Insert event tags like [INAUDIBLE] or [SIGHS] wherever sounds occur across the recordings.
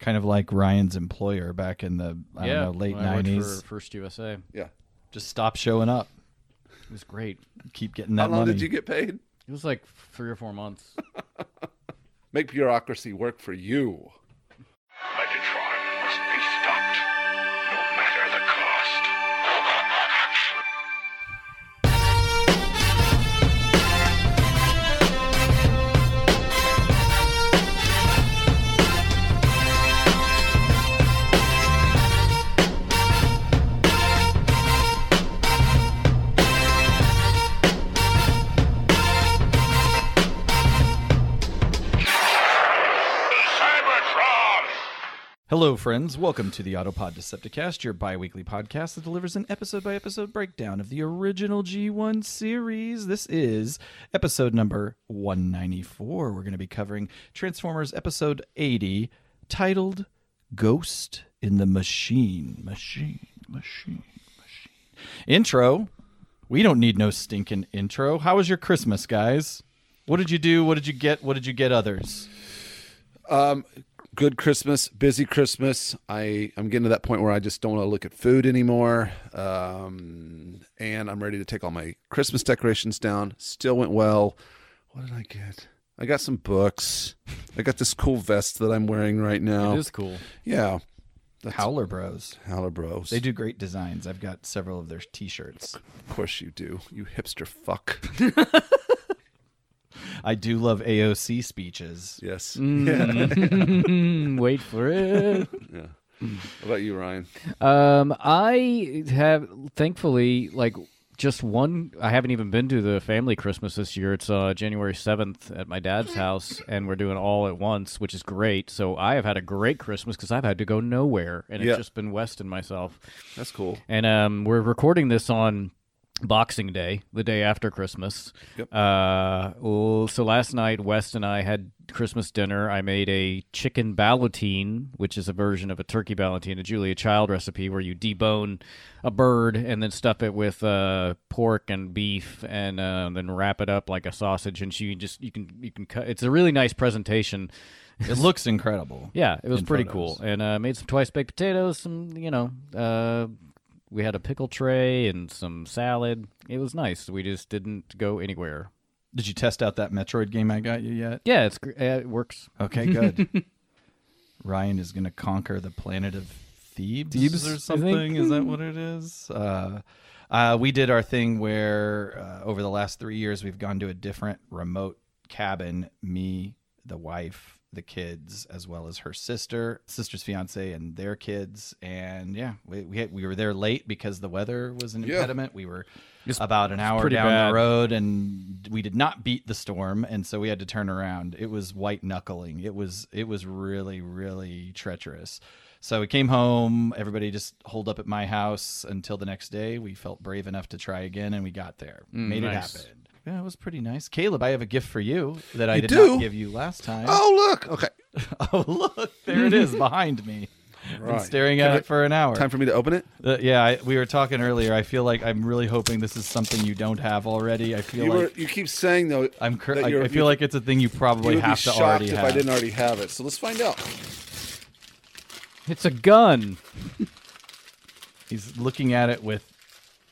kind of like Ryan's employer back in the I yeah, don't know, late when I worked nineties. for First USA. Yeah. Just stop showing up. It was great. Keep getting How that long money. did you get paid? It was like three or four months. Make bureaucracy work for you. Megatron must be stopped, no matter the cost. Cybertron! Hello, friends. Welcome to the Autopod Decepticast, your bi weekly podcast that delivers an episode by episode breakdown of the original G1 series. This is episode number 194. We're going to be covering Transformers episode 80, titled Ghost in the Machine. Machine, machine, machine. Intro. We don't need no stinking intro. How was your Christmas, guys? What did you do? What did you get? What did you get others? Good Christmas, busy Christmas. I I'm getting to that point where I just don't want to look at food anymore, um, and I'm ready to take all my Christmas decorations down. Still went well. What did I get? I got some books. I got this cool vest that I'm wearing right now. It is cool. Yeah, Howler Bros. Howler Bros. They do great designs. I've got several of their T-shirts. Of course you do. You hipster fuck. I do love AOC speeches. yes. [LAUGHS] Mm, Wait for it. [LAUGHS] What about you, Ryan? Um, I have thankfully like just one. I haven't even been to the family Christmas this year. It's uh, January seventh at my dad's house, and we're doing all at once, which is great. So I have had a great Christmas because I've had to go nowhere, and Yeah. it's just been Weston myself. That's cool. And um, we're recording this on Boxing Day, the day after Christmas. Yep. Uh, well, so last night, West and I had Christmas dinner. I made a chicken ballotine, which is a version of a turkey ballotine, a Julia Child recipe where you debone a bird and then stuff it with uh, pork and beef, and uh, then wrap it up like a sausage. And she just you can you can cut. It's a really nice presentation. It looks incredible. Yeah, it was in pretty photos. cool. And uh, made some twice baked potatoes. Some, you know, uh, we had a pickle tray and some salad. It was nice. We just didn't go anywhere. Did you test out that Metroid game I got you yet? Yeah, it's gr- uh, it works. Okay, good. [LAUGHS] Ryan is going to conquer the planet of Thebes, Thebes, I or think. something. Is that what it is? Uh, uh, we did our thing where uh, over the last three years we've gone to a different remote cabin. Me, the wife, the kids, as well as her sister, sister's fiance, and their kids. And yeah, we we, had, we were there late because the weather was an Yeah. impediment. We were about an hour pretty down bad. the road and we did not beat the storm and so we had to turn around it was white knuckling it was it was really really treacherous so we came home everybody just holed up at my house until the next day we felt brave enough to try again and we got there Mm, made nice. it happen yeah, it was pretty nice. Caleb, I have a gift for you that I You did do? not give you last time. Oh look. Okay. [LAUGHS] Oh, look, there it is [LAUGHS] behind me. Been Right. staring Can at I- it for an hour. Time for me to open it. Uh, yeah, I, we were talking earlier. I feel like I'm really hoping this is something you don't have already. I feel You like were. You keep saying though. I'm. Cur- that I, you're- I feel like it's a thing you you probably would be have to shocked already if have. I didn't already have it. So let's find out. It's a gun. He's looking at it with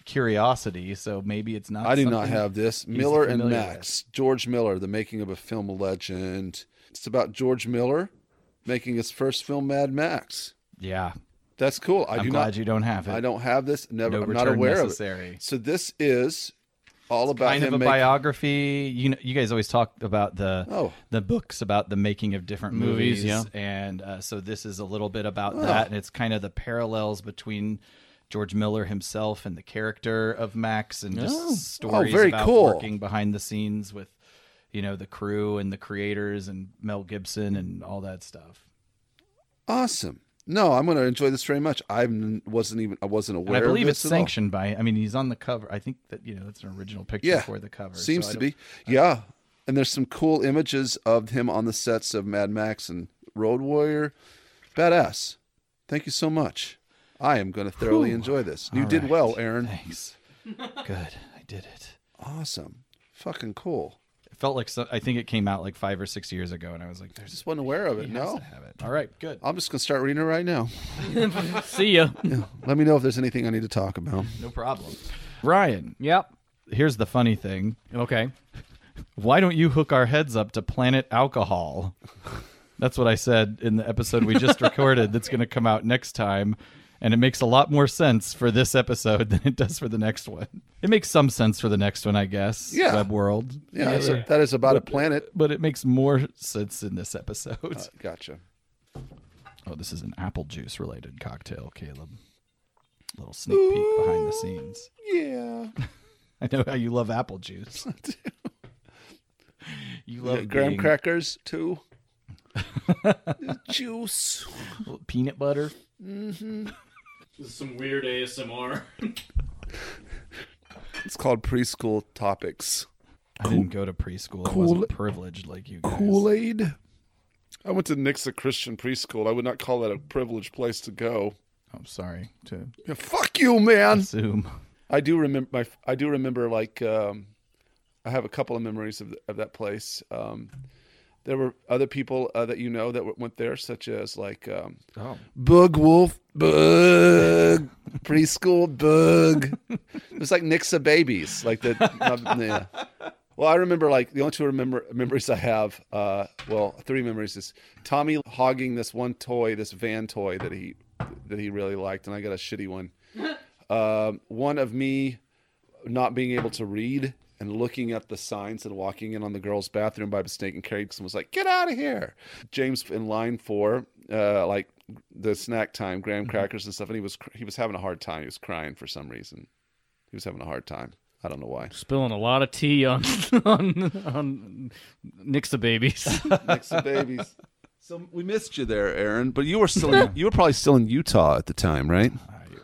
curiosity, so maybe it's not. I do not something- have this. Miller and familiar with. Max. George Miller, the making of a film legend. It's about George Miller making his first film, Mad Max. Yeah, That's cool. I I'm do glad not. you don't have it. I don't have this. Never. No I'm not return aware of necessary. it. So this is all about Kind him of a making- biography. You know, you guys always talk about the Oh. the books about the making of different movies, Movies, yeah. and uh, so this is a little bit about Oh. that, and it's kind of the parallels between. George Miller himself and the character of Max, and just stories Oh. very about cool. working behind the scenes with, you know, the crew and the creators and Mel Gibson and all that stuff. Awesome. No, I'm going to enjoy this very much. I wasn't even. I wasn't And aware. I of believe it's this at all. sanctioned by. I mean, he's on the cover. I think that you know it's an original picture Yeah, for the cover. so Seems I to don't- be. Yeah. And there's some cool images of him on the sets of Mad Max and Road Warrior. Badass. Thank you so much. I am going to thoroughly enjoy this. You All did right. [LAUGHS] well, Aaron. Thanks. Good, I did it. Awesome. Fucking cool. felt like so, I think it came out like five or six years ago, and I was like, I "There's just wasn't aware of it. he No. has to have it." All right, good. I'm just going to start reading it right now. See ya. Let me know if there's anything I need to talk about. No problem. Ryan, Yep. here's the funny thing. Okay. Why don't you hook our heads up to Planet Alcohol? [LAUGHS] That's what I said in the episode we just recorded that's going to come out next time. And it makes a lot more sense for this episode than it does for the next one. It makes some sense for the next one, I guess. Yeah. Web World. Yeah, that's a- that is about a planet. Uh, But it makes more sense in this episode. Gotcha. oh, this is an apple juice related cocktail, Caleb. Little sneak peek behind the scenes. [LAUGHS] Yeah. I know how you love apple [LAUGHS] juice. [LAUGHS] you love Graham being- crackers [LAUGHS] too. Juice. peanut butter. This is some weird ASMR. It's called preschool topics. I didn't go to preschool. I wasn't privileged like you guys. Aid. I went to Nixa Christian Preschool. I would not call that a privileged place to go. I'm sorry to Yeah, fuck you, man. assume. [LAUGHS] I do remember my. I do remember like um, I have a couple of memories of, of that place. Um, there were other people uh, that you know that w- went there, such as like um, Oh, Bug Wolf, Bug Preschool, Bug. it was like Nixa babies, like the. yeah. Well, I remember like the only two remember memories I have. Uh, well, three memories is Tommy hogging this one toy, this van toy that he that he really liked, and I got a shitty one. Um one of me not being able to read and looking at the signs and walking in on the girls' bathroom by mistake and carried someone was like, "Get out of here!" James in line for uh, like the snack time, graham crackers and stuff, and he was cr- he was having a hard time. He was crying for some reason. He was having a hard time. I don't know why. Spilling a lot of tea on [LAUGHS] on on Nixa babies. [LAUGHS] [LAUGHS] Mix of babies. So we missed you there, Aaron. But you were still [LAUGHS] in, you were probably still in Utah at the time, right?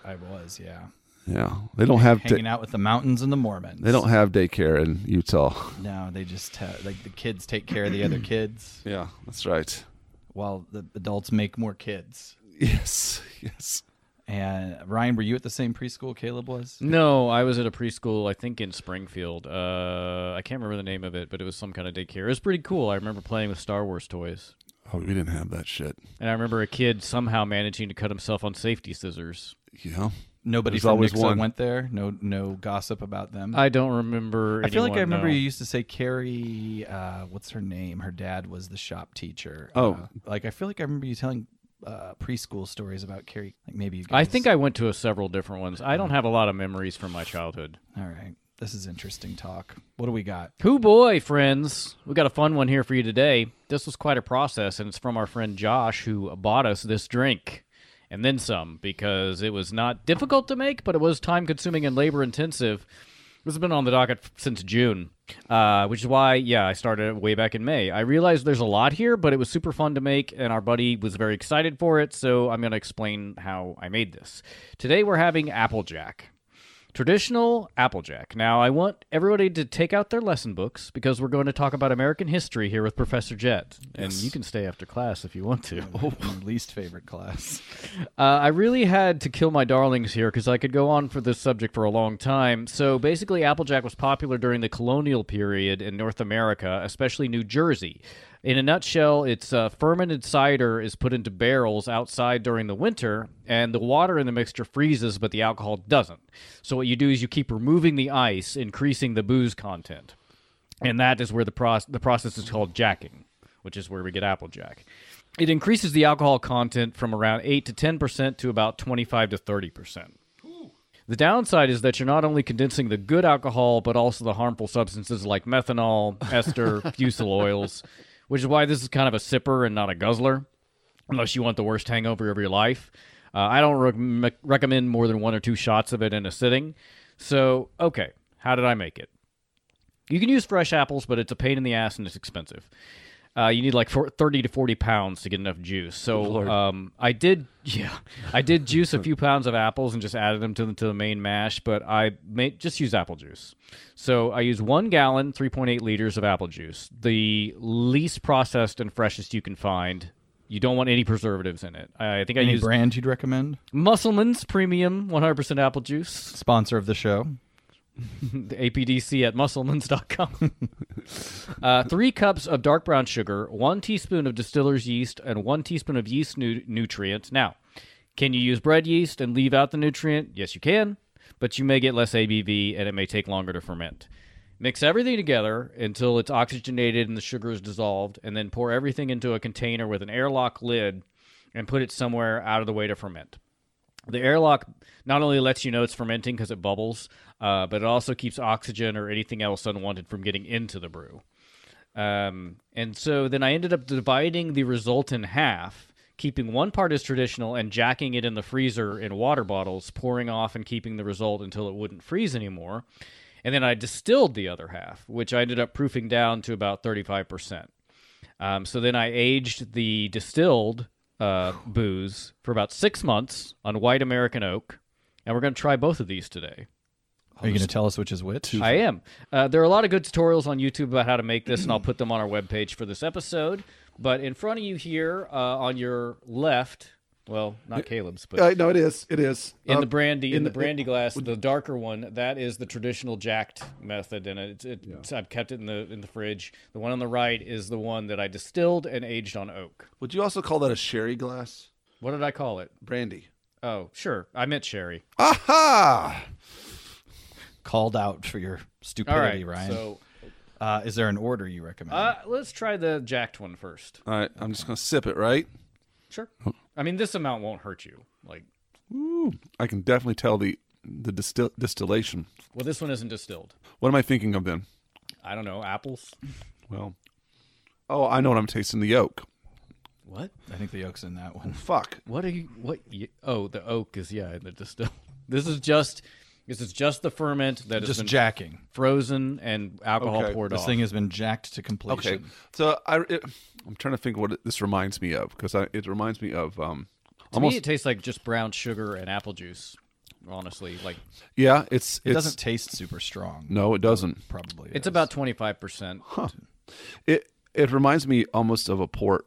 I, I was, yeah. Yeah. They don't have da- Hanging out with the mountains and the Mormons. they don't have daycare in Utah. No, they just ha- like the kids take care of the [CLEARS THROAT] other kids Yeah, that's right. while the adults make more kids. Yes, [LAUGHS] yes. And Ryan, were you at the same preschool Caleb was? No, I was at a preschool, I think in Springfield. Uh, I can't remember the name of it, but it was some kind of daycare. It was pretty cool. I remember playing with Star Wars toys. Oh, we didn't have that shit. And I remember a kid somehow managing to cut himself on safety scissors. Yeah. Nobody There's from always Nixa one. went there. No, no gossip about them. I don't remember. I feel like I anyone, remember no. you used to say Carrie. Uh, what's her name? Her dad was the shop teacher. Oh. Uh, like I feel like I remember you telling uh, preschool stories about Carrie. Like maybe you. I Guys, think I went to a several different ones. I don't have a lot of memories from my childhood. All right, this is interesting talk. What do we got? Hoo boy, friends. We got a fun one here for you today. This was quite a process, and it's from our friend Josh who bought us this drink and then some because it was not difficult to make, but it was time consuming and labor intensive. This has been on the docket f- since June, uh, which is why, yeah, I started it way back in May. I realized there's a lot here, but it was super fun to make, and our buddy was very excited for it, so I'm going to explain how I made this. Today, we're having Applejack. Traditional Applejack. Now, I want everybody to take out their lesson books because we're going to talk about American history here with Professor Jett. And you can stay after class if you want to. My least favorite class. Uh, I really had to kill my darlings here because I could go on for this subject for a long time. So basically, Applejack was popular during the colonial period in North America, especially New Jersey. In a nutshell, its uh, fermented cider is put into barrels outside during the winter, and the water in the mixture freezes, but the alcohol doesn't. So what you do is you keep removing the ice, increasing the booze content and that is where the process the process is called jacking, which is where we get applejack. It increases the alcohol content from around eight to ten percent to about twenty five to thirty percent. The downside is that you're not only condensing the good alcohol, but also the harmful substances like methanol, ester, fusel oils, which is why this is kind of a sipper and not a guzzler, unless you want the worst hangover of your life. Uh, I don't rec- recommend more than one or two shots of it in a sitting. So, okay, how did I make it? You can use fresh apples, but it's a pain in the ass and it's expensive. Uh, you need like four, 30 to 40 pounds to get enough juice. So um, I did, [LAUGHS] yeah, I did juice a few pounds of apples and just added them to the, to the main mash, but I made, just use apple juice. So I use one gallon, 3.8 liters of apple juice, the least processed and freshest you can find. You don't want any preservatives in it. I, I think [LAUGHS] I Any used brand you'd recommend? Musselman's Premium 100% apple juice. Sponsor of the show. [LAUGHS] the APDC at musclemans.com. [LAUGHS] uh, three cups of dark brown sugar, one teaspoon of distiller's yeast, and one teaspoon of yeast nu- nutrient. Now, can you use bread yeast and leave out the nutrient? Yes, you can, but you may get less ABV and it may take longer to ferment. Mix everything together until it's oxygenated and the sugar is dissolved, and then pour everything into a container with an airlock lid and put it somewhere out of the way to ferment. The airlock not only lets you know it's fermenting because it bubbles, uh, but it also keeps oxygen or anything else unwanted from getting into the brew. Um, and so then I ended up dividing the result in half, keeping one part as traditional and jacking it in the freezer in water bottles, pouring off and keeping the result until it wouldn't freeze anymore. And then I distilled the other half, which I ended up proofing down to about 35%. Um, so then I aged the distilled uh, booze for about six months on white American oak, and we're going to try both of these today. Are you going to tell us which is which? I am. Uh, there are a lot of good tutorials on YouTube about how to make this, and I'll put them on our webpage for this episode. But in front of you here, uh, on your left, well, not Caleb's, but Uh, no, it is. It is. in Um, the brandy, in, in the, the- brandy glass, the darker one, that is the traditional jacked method, and it, it, it's- I've kept it in the in the fridge. The one on the right is the one that I distilled and aged on oak. would you also call that a sherry glass? What did I call it? Brandy. Oh, sure, I meant sherry. Aha! Called out for your All stupidity, right, Ryan. so uh, is there an order you recommend? uh, let's try the jacked one first. All right, I'm just gonna sip it. Right. Sure. I mean, this amount won't hurt you. Like, I can definitely tell the the distil- distillation. well, this one isn't distilled. What am I thinking of then? I don't know, apples. Well, oh, I know what I'm tasting. The yolk. What? I think the yolk's in that one. Fuck. What are you? What? You, oh, the oak is yeah, in the [LAUGHS] distill. This is just. This is just the ferment that has Just been jacking. frozen and alcohol Okay, poured This off. thing has been jacked to Okay. completion. So I, it, I'm trying to think what it, this reminds me of because it reminds me of um, to almost. me, it tastes like just brown sugar and apple juice. Honestly, like yeah, it's It it's, doesn't taste super strong. No, it doesn't. Probably. is. it's about twenty five percent. It it reminds me almost of a port.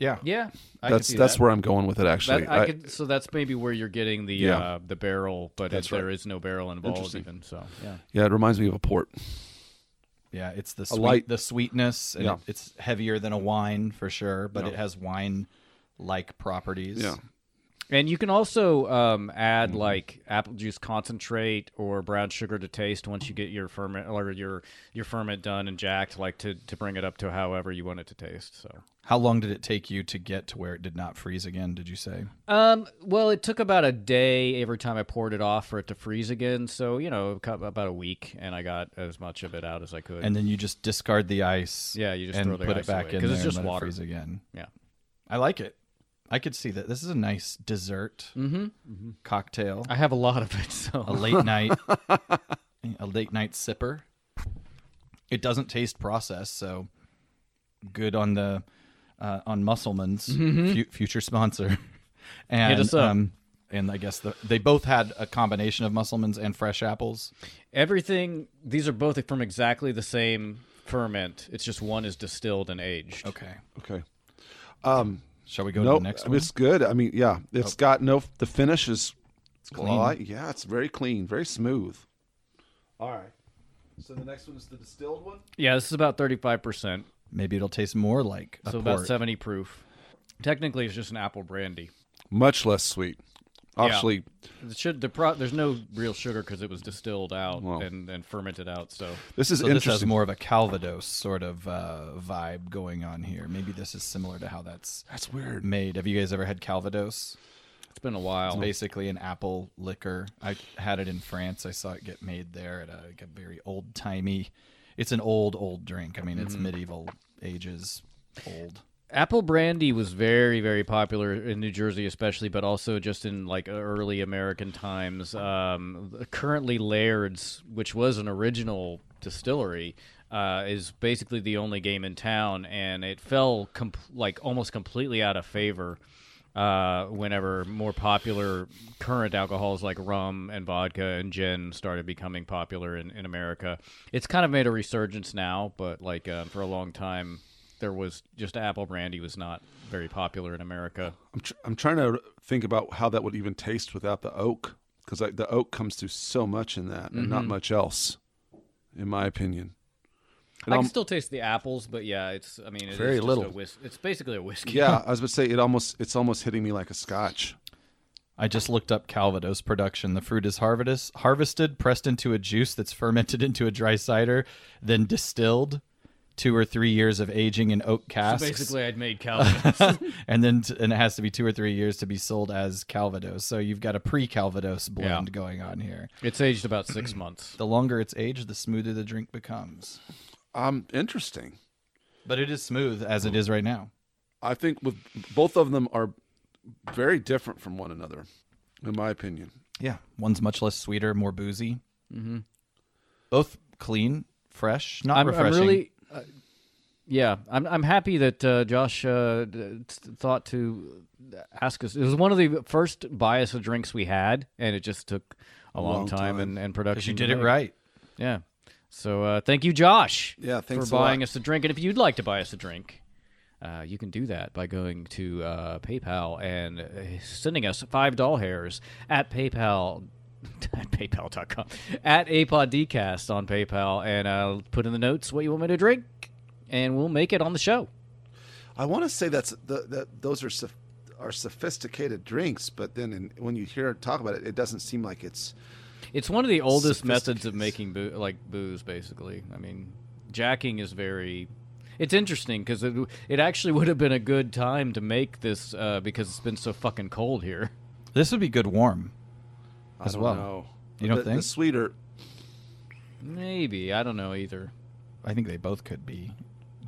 Yeah. Yeah, I That's could see that's that. where I'm going with it. Actually, That, I, I- could, so that's maybe where you're getting the Yeah. uh, the barrel, but it, That's right. there is no barrel involved Interesting. even. So yeah, yeah, it reminds me of a port. Yeah, it's the sweet, light- the sweetness. And Yeah. it- it's heavier than a wine for sure, but it has wine like properties. Yeah. And you can also um, add Mm-hmm. like apple juice concentrate or brown sugar to taste once you get your ferment or your your ferment done and jacked, like to, to bring it up to however you want it to taste. So, How long did it take you to get to where it did not freeze again? Did you say? um, well, it took about a day every time I poured it off for it to freeze again. So you know, it cut about a week, and I got as much of it out as I could. And then you just discard the ice. Yeah, you just and throw the put ice it back away, in 'cause there it's just and let water. It freeze again. yeah, I like it. I could see that. This is a nice dessert Mm-hmm. Mm-hmm. cocktail. I have a lot of it. [LAUGHS] So a late [LAUGHS] night a late night sipper. It doesn't taste processed, so good on the uh, on Musselman's fu- future [LAUGHS] sponsor. And Mm-hmm. us up. um and I guess the, they both had a combination of Musselman's and fresh apples. everything. These are both from exactly the same ferment. It's just one is distilled and aged. Okay. Okay. Shall we go No, to the next I mean, one? Oh. it's good. I mean, yeah, it's got no. The finish is. Well, I- yeah, it's very clean, very smooth. All right. So the next one is the distilled one. Yeah, this is about thirty five percent. Maybe it'll taste more like a so port. about 70 proof technically it's just an apple brandy Much less sweet. Actually, it should the pro, there's no real sugar because it was distilled out Wow. and, and fermented out so this is so this interesting. has more of a Calvados sort of uh, vibe going on here. Maybe this is similar to how that's That's weird. made. Have you guys ever had Calvados? it's been a while It's basically an apple liquor. I had it in France. I saw it get made there at a, like a very old timey. It's an old old drink. I mean, Mm-hmm. it's medieval ages old. apple brandy was very very popular in new jersey especially but also just in like early american times um, currently laird's which was an original distillery uh, is basically the only game in town and it fell com- like almost completely out of favor uh, whenever more popular current alcohols like rum and vodka and gin started becoming popular in, in America. It's kind of made a resurgence now, but like uh, for a long time, there was just apple brandy was not very popular in America. I'm, tr- I'm trying to think about how that would even taste without the oak because the oak comes through so much in that and Mm-hmm. not much else, in [LAUGHS] my opinion. And I I'm- can still taste the apples, but yeah, it's. I mean, it's Very little. it's basically a whiskey. yeah, I was about to say it almost it's almost hitting me like a scotch. I just looked up Calvados production. The fruit is harvested, harvested, pressed into a juice that's fermented into a dry cider, then distilled. Two or three years of aging in oak casks, basically, I'd made Calvin. [LAUGHS] and then t- and it has to be two or three years to be sold as Calvados. So you've got a pre-Calvados blend Yeah. going on here. it's aged about six months. The longer it's aged, the smoother the drink becomes. Um, interesting. But it is smooth as it is right now. I think with both of them are very different from one another, in my opinion. Yeah, one's much less sweeter, more boozy. Mm-hmm. Both clean, fresh, not I'm, I'm refreshing. really. Uh, yeah, I'm. I'm happy that uh, Josh uh, d- t- thought to ask us. It was one of the first bias of drinks we had, and it just took a long, time, and, and Because production. you did to it make. right. Yeah. So uh, thank you, Josh. Yeah, thanks for a lot. buying us a drink. And if you'd like to buy us a drink, uh, you can do that by going to uh, PayPal and uh, sending us five doll hairs at PayPal. [LAUGHS] At PayPal.com at apoddcast on PayPal and uh, put in the notes what you want me to drink, and we'll make it on the show. I want to say that's the, that those are soph- are sophisticated drinks, but then in, when you hear it talk about it, it doesn't seem like it's It's one of the oldest methods of Sophisticated. making boo- like booze, basically. I mean, jacking is very. It's interesting because it, it actually would have been a good time to make this uh, because it's been so fucking cold here. This would be good warm. I As don't well. Know. You don't the, the think? sweeter? Maybe I don't know either. I think they both could be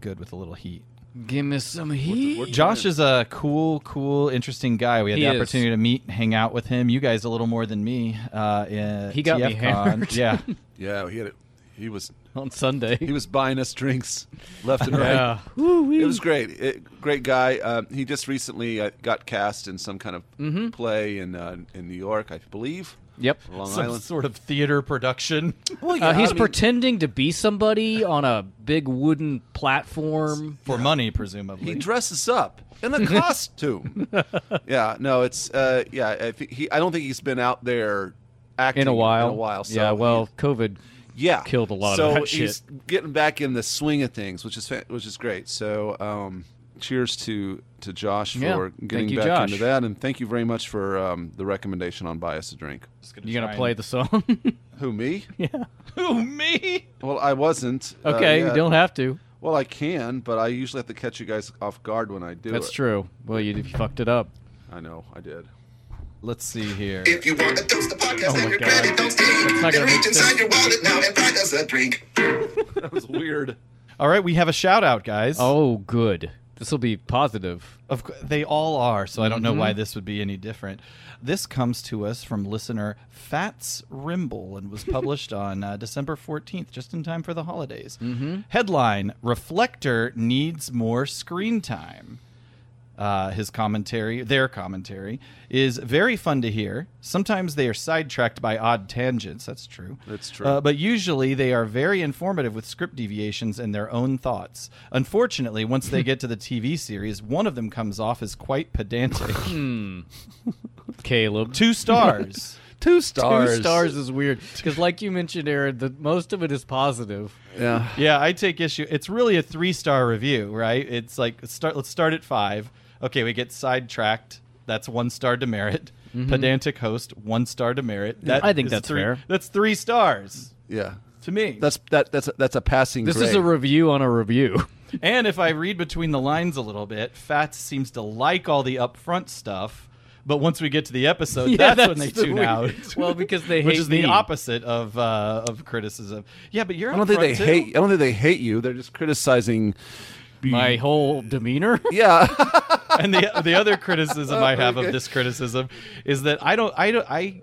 good with a little heat. Give me some heat. Josh is a cool, cool, interesting guy. We had He the is. opportunity to meet, hang out with him. You guys a little more than me. Uh, in He got me TFCon. [LAUGHS] hammered. Yeah, [LAUGHS] Yeah, he had it. He was on Sunday. he was buying us drinks [LAUGHS] [LAUGHS] left and right. [LAUGHS] yeah. It was great. It, great guy. Um, he just recently uh, got cast in some kind of Mm-hmm. play in uh, in New York, I believe. Yep. or Long some Island. sort of theater production. Uh, he's I mean- pretending to be somebody on a big wooden platform. For money, He presumably. dresses up [LAUGHS] in a costume. yeah, no, it's uh, yeah. I think he. I don't think he's been out there acting In a while. In a while. So yeah, well, COVID. yeah, killed a lot of so that shit. he's getting back in the swing of things, which is fa- which is great. So, um, cheers to to Josh Yeah. for Thank getting you, back Josh. into that, and thank you very much for um, the recommendation on bias to drink. You gonna play the song? [LAUGHS] Who me? Who me? Well, I wasn't. uh, okay, yeah. you don't have to. Well, I can, but I usually have to catch you guys off guard when I do. That's it. true. Well, you, you fucked it up. I know, I did. [LAUGHS] Let's see here. If you want a toast, the podcast, Oh my and your God. granny toast to you, then not gonna reach make inside your wallet now and buy us a drink. That was weird. All right, we have a shout out, guys. Oh, good. This will be positive. Of course, they all are, so I don't know why this would be any different. This comes to us from listener Fats Rimble and was published on uh, December 14th, just in time for the holidays. Mm-hmm. Headline Reflector needs more screen time. Uh, his commentary, their commentary, is very fun to hear. Sometimes they are sidetracked by odd tangents. That's true. That's true. Uh, but usually they are very informative with script deviations and their own thoughts. Unfortunately, once they get to the TV series, one of them comes off as quite [LAUGHS] pedantic. Caleb. Two stars. Two stars. Two stars is weird because, like you mentioned, Aaron, the most of it is positive. Yeah. yeah, I take issue. It's really a three star review, right? It's like start. Let's start at five. Okay, we get sidetracked. That's one star demerit. Pedantic host, one star demerit. That Mm-hmm. I think is that's three- fair. That's three stars Yeah. to me. That's that. That's a, that's a passing. This is grade. a review on a review. And if I read between the lines a little bit, Fats seems to like all the upfront stuff, but once we get to the episode, [LAUGHS] Yeah, that's, when they that's the tune weird- out. [LAUGHS] well, because [LAUGHS] they which hate is me. the opposite of uh, of criticism. Yeah, but you're. I don't think they hate. I don't think they hate you. They're just criticizing. [LAUGHS] My whole [LAUGHS] demeanor. [LAUGHS] Yeah. And the the other criticism I have of this criticism is that I don't I don't I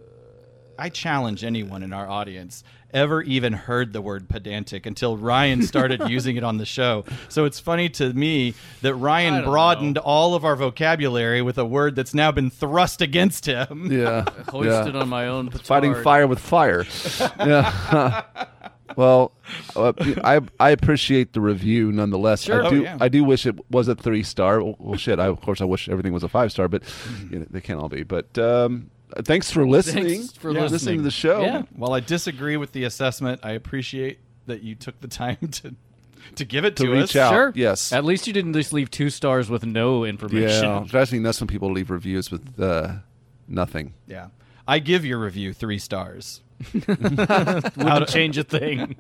I challenge anyone in our audience ever even heard the word pedantic until Ryan started using it on the show. So it's funny to me that I Ryan don't broadened all of our vocabulary with a word that's now been thrust against him. [LAUGHS] yeah. Hoisted on my own. Petard. Fighting fire [LAUGHS] with fire. yeah. [LAUGHS] well, uh, I I appreciate the review nonetheless. Sure. I do Oh, yeah. I do wish it was a three star. Well, shit. I, of course I wish everything was a five star, but you know, they can't all be. But um, Uh, Thanks for listening. Mm-hmm. Thanks for Yeah, listening. to the show. Yeah. While I disagree with the assessment, I appreciate that you took the time to to give it to, us. reach out. Sure. Yes. At least you didn't just leave two stars with no information. Yeah. Driving me nuts when people leave reviews with uh, nothing. Yeah. I give your review three stars. [LAUGHS] Wouldn't change a [LAUGHS] thing.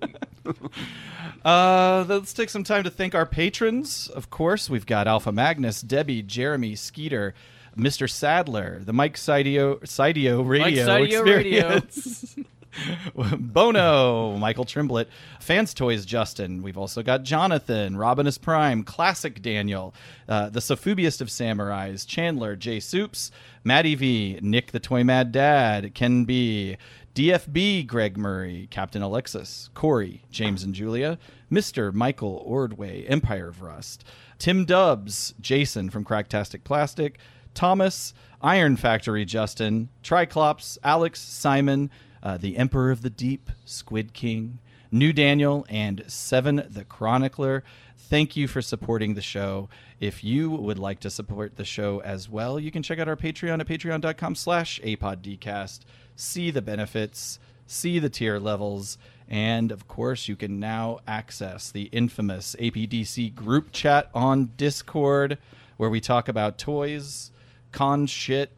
Uh, let's take some time to thank our patrons. Of course, we've got Alpha Magnus, Debbie, Jeremy, Skeeter, Mr. Sadler, the Mike Sideo, Sideo Radio Sideo Radio. Experience. [LAUGHS] Bono, Michael Trimblett, Fans Toys Justin. We've also got Jonathan, Robinus Prime, Classic Daniel, uh, the Sofubiest of Samurais, Chandler, Jay Soups, Matty V, Nick the Toy Mad Dad, Ken B, DFB Greg Murray, Captain Alexis, Corey, James and Julia, Mr. Michael Ordway, Empire of Rust, Tim Dubbs, Jason from Cracktastic Plastic, Thomas, Iron Factory Justin, Triclops, Alex, Simon, uh, the Emperor of the Deep, Squid King, New Daniel, and Seven the Chronicler. Thank you for supporting the show. If you would like to support the show as well, you can check out our Patreon at patreon.com slash apoddcast. See the benefits, see the tier levels, and of course, you can now access the infamous APDC group chat on Discord where we talk about toys, con shit,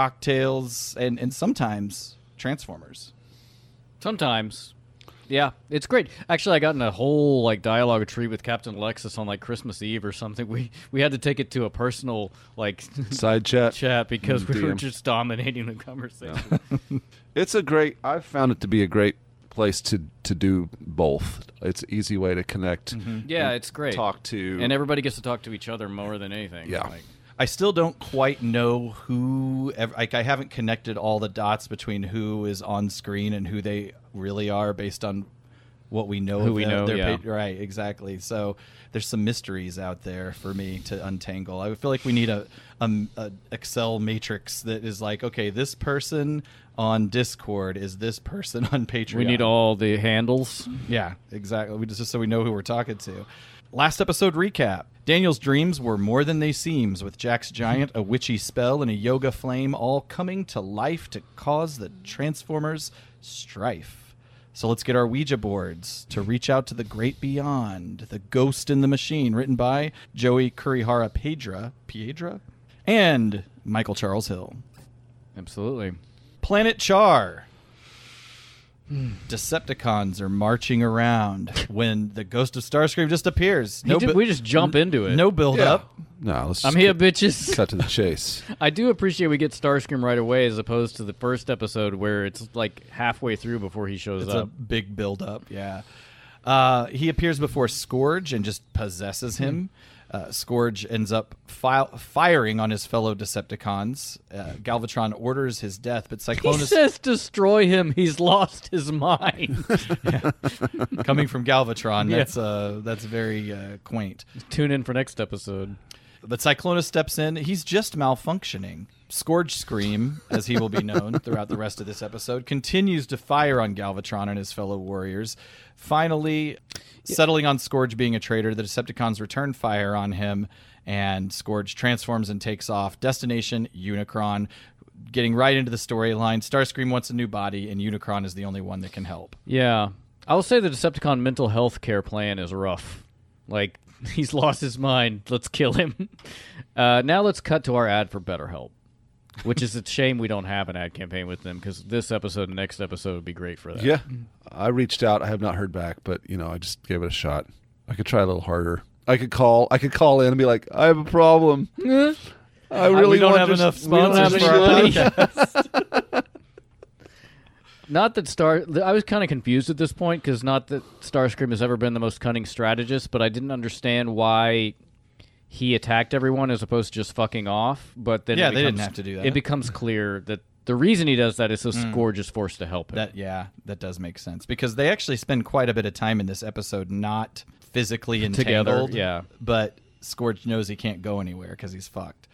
cocktails, and, and sometimes Transformers. Sometimes. Yeah, it's great. Actually, I got in a whole like dialogue tree with Captain Alexis on like Christmas Eve or something. We we had to take it to a personal like [LAUGHS] Side chat. chat because we were Damn. just dominating the conversation. It's a great. I've found it to be a great place to to do both. It's an easy way to connect. [LAUGHS] Yeah, it's great. Mm-hmm. Talk to and everybody gets to talk to each other more than anything. Yeah. Like, I still don't quite know who, ev- like, I haven't connected all the dots between who is on screen and who they really are based on what we know Who of we them, know, their yeah. pa- right exactly so there's some mysteries out there for me to untangle i feel like we need a, a, a excel matrix that is like okay this person on discord is this person on patreon we need all the handles. yeah, exactly. We just, just so we know who we're talking to. Last episode recap. Daniel's dreams were more than they seems, with Jack's giant, a witchy spell, and a yoga flame all coming to life to cause the Transformers strife. So let's get our Ouija boards to reach out to the great beyond. The Ghost in the Machine, written by Joey Kurihara Pedra, Piedra, and Michael Charles Hill. Absolutely. Planet Char. Decepticons are marching around when the ghost of Starscream just appears. No, bu- we just jump into it. no build up. no. Let's I'm just here, get- bitches. [LAUGHS] [LAUGHS] Cut to the chase. I do appreciate we get Starscream right away as opposed to the first episode where it's like halfway through before he shows It's a up. big build up. Yeah. Uh, he appears before Scourge and just possesses him. Hmm. Uh, Scourge ends up fi- firing on his fellow Decepticons. Uh, Galvatron orders his death, but [LAUGHS] He Cyclonus, says destroy him. He's lost his mind. coming from Galvatron, [LAUGHS] Yeah. that's uh, that's very uh, quaint. [LAUGHS] Tune in for next episode. But Cyclonus steps in. He's just malfunctioning. Scourge Scream, as he will be known throughout the rest of this episode, continues to fire on Galvatron and his fellow warriors. Finally, settling on Scourge being a traitor, the Decepticons return fire on him, and Scourge transforms and takes off. Destination Unicron. Getting right into the storyline, Starscream wants a new body, and Unicron is the only one that can help. Yeah. I'll say the Decepticon mental health care plan is rough. Like, [LAUGHS] he's lost his mind. Let's kill him. [LAUGHS] Uh, now let's cut to our ad for BetterHelp, which is a shame we don't have an ad campaign with them because this episode and next episode would be great for that. Yeah. I reached out. I have not heard back, but you know, I just gave it a shot. I could try a little harder. I could call. I could call in and be like, "I have a problem. I really we don't want have this- enough we don't have sponsors any for our money." podcast. Not that Star. I was kind of confused at this point because not that Starscream has ever been the most cunning strategist, but I didn't understand why he attacked everyone as opposed to just fucking off. But then it Yeah, they didn't becomes- have to do that. Mm. It becomes clear that the reason he does that is so Scourge is forced to help him. That yeah, that does make sense because they actually spend quite a bit of time in this episode not physically [LAUGHS] Together, entangled. yeah. but Scourge knows he can't go anywhere because he's [SIGHS] fucked.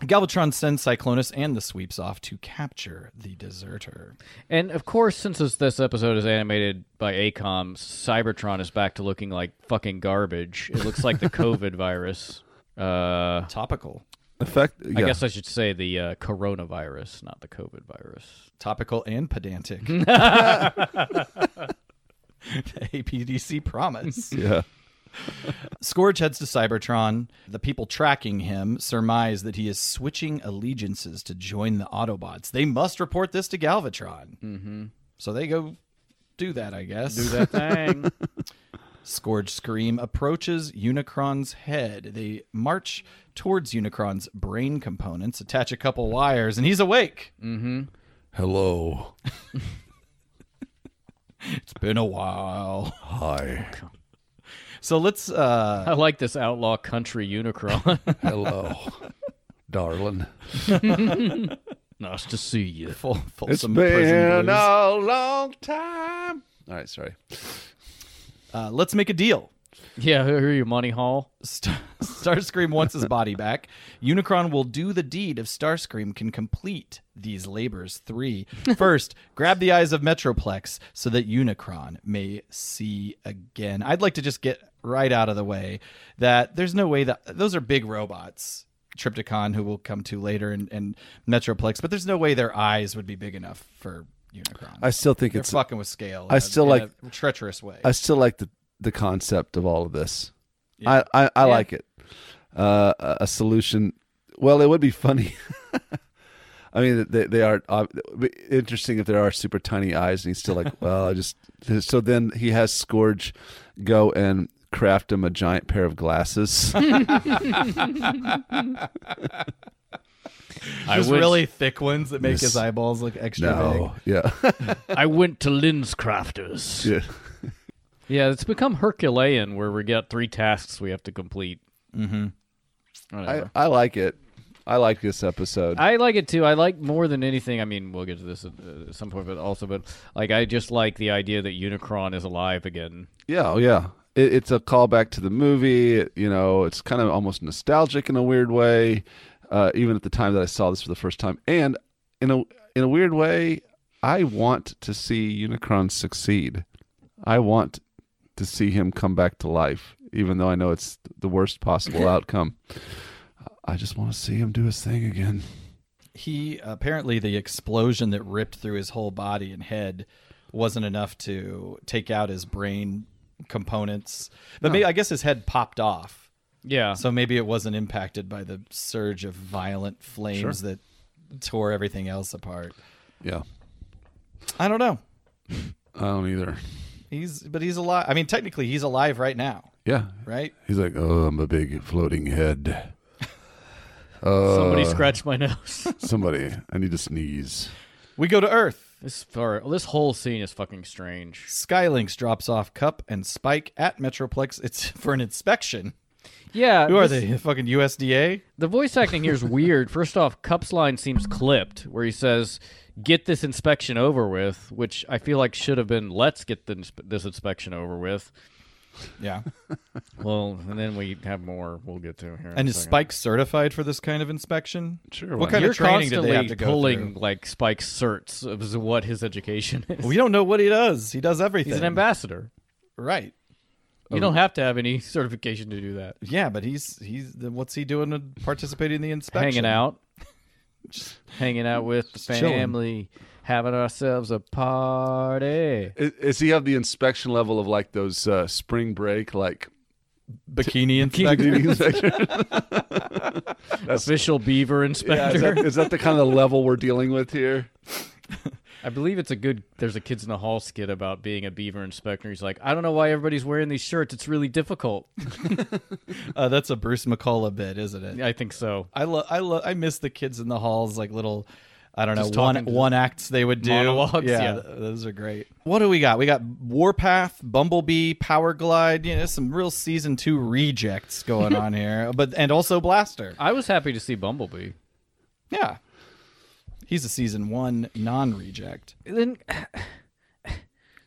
Galvatron sends Cyclonus and the sweeps off to capture the deserter. and of course, since this, this episode is animated by Acom, Cybertron is back to [LAUGHS] looking like fucking garbage. It looks like the COVID virus. Uh, Topical. Effect. Yeah. I guess I should say the uh, coronavirus, not the COVID virus. Topical and [LAUGHS] pedantic. [LAUGHS] the APDC promise. Yeah. Scourge heads to Cybertron. The people tracking him surmise that he is switching allegiances to join the Autobots. They must report this to Galvatron. Mm-hmm. So they go do that, I guess. Do that thing. Scourge Scream approaches Unicron's head. They march towards Unicron's brain components, attach a couple wires, and he's awake. Mm. Hello. It's been a while. Hi. So let's uh I like this outlaw [LAUGHS] country Unicron. Hello. Darling. nice to see you. full full It's some prison been blues. a long time. All right, sorry. Uh, let's make a deal. Yeah, who who are you, Money Hall? Star- [LAUGHS] Starscream wants his body back. Unicron will do the deed if Starscream can complete these labors. [LAUGHS] Three. First, grab the eyes of Metroplex so that Unicron may see again. I'd like to just get right out of the way that there's no way that those are big robots. Tripticon, who we'll come to later, and, and Metroplex, but there's no way their eyes would be big enough for Unicron. I still think They're it's fucking with scale. I in a- still in like- a treacherous way. I still like the the concept of all of this. Yeah. I I, I like it. Uh, a a solution. Well, it would be funny. [LAUGHS] I mean, they, they are uh, it'd be interesting if there are super tiny eyes, and he's [LAUGHS] still like, well, I just. So then he has Scourge go and craft him a giant pair of [LAUGHS] glasses. I Those went, really thick ones that make Yes. his eyeballs look extra big. no, [LAUGHS] [LAUGHS] yeah, I went to Lynn's Crafters. yeah. Yeah, it's become Herculean where we got three tasks we have to complete. Mm-hmm. I, I like it. I like this episode. I like it too. I like more than anything. I mean, we'll get to this at, uh, at some point, but also, but like, I just like the idea that Unicron is alive again. Yeah, oh, yeah. It, it's a callback to the movie. It- you know, it's kind of almost nostalgic in a weird way. Uh, even at the time that I saw this for the first time, and in a in a weird way, I want to see Unicron succeed. I want to see him come back to life, even though I know it's the worst possible outcome. I just want to see him do his thing again. he apparently the explosion that ripped through his whole body and head wasn't enough to take out his brain components but maybe i guess his head popped off Yeah. so maybe it wasn't impacted by the surge of violent flames that tore everything else apart Yeah, i don't know I don't either. he's but he's alive i mean technically he's alive right now Yeah, right he's like, oh, I'm a big floating head. uh, Somebody scratched my [LAUGHS] nose. Somebody, I need to sneeze. we go to earth this far, this whole scene is fucking strange. skylinks drops off cup and spike at metroplex it's [LAUGHS] for an inspection Yeah. who are this- they the fucking usda The voice acting here is weird. First off, Cup's line seems clipped, where he says, "Get this inspection over with," which I feel like should have been, "Let's get the, inspe- this inspection over with." yeah Well, and then we have more. We'll get to here. in a And is second. Spike certified for this kind of inspection? Sure, What why kind You're of training did constantly they have to go pulling through? like Spike's certs of what his education is. We don't know what he does. He does everything. He's an ambassador. right? You don't have to have any certification to do that. Yeah, but he's he's what's he doing? to Participating in the inspection? Hanging out, hanging out with the chilling. family, having ourselves a party. Is, is he have the inspection level of like those uh, spring break [LAUGHS] like? [LAUGHS] bikini inspection. Is [LAUGHS] Official beaver inspector. that- is that the kind of level we're dealing with here? I believe it's a good. There's a kids in the hall skit about being a beaver inspector. He's like, I don't know why everybody's wearing these shirts. It's really difficult. [LAUGHS] uh, that's a Bruce McCullough bit, isn't it? I think so. I love I love I miss the kids in the halls like little. I don't know Just one talking to one acts they would do Monologues, yeah. th- those are great. What do we got? We got Warpath, Bumblebee, Power Glide. You know, some real season two rejects going on here, [LAUGHS] but and also Blaster. I was happy to see Bumblebee. Yeah. He's a season one non reject. Then, [SIGHS]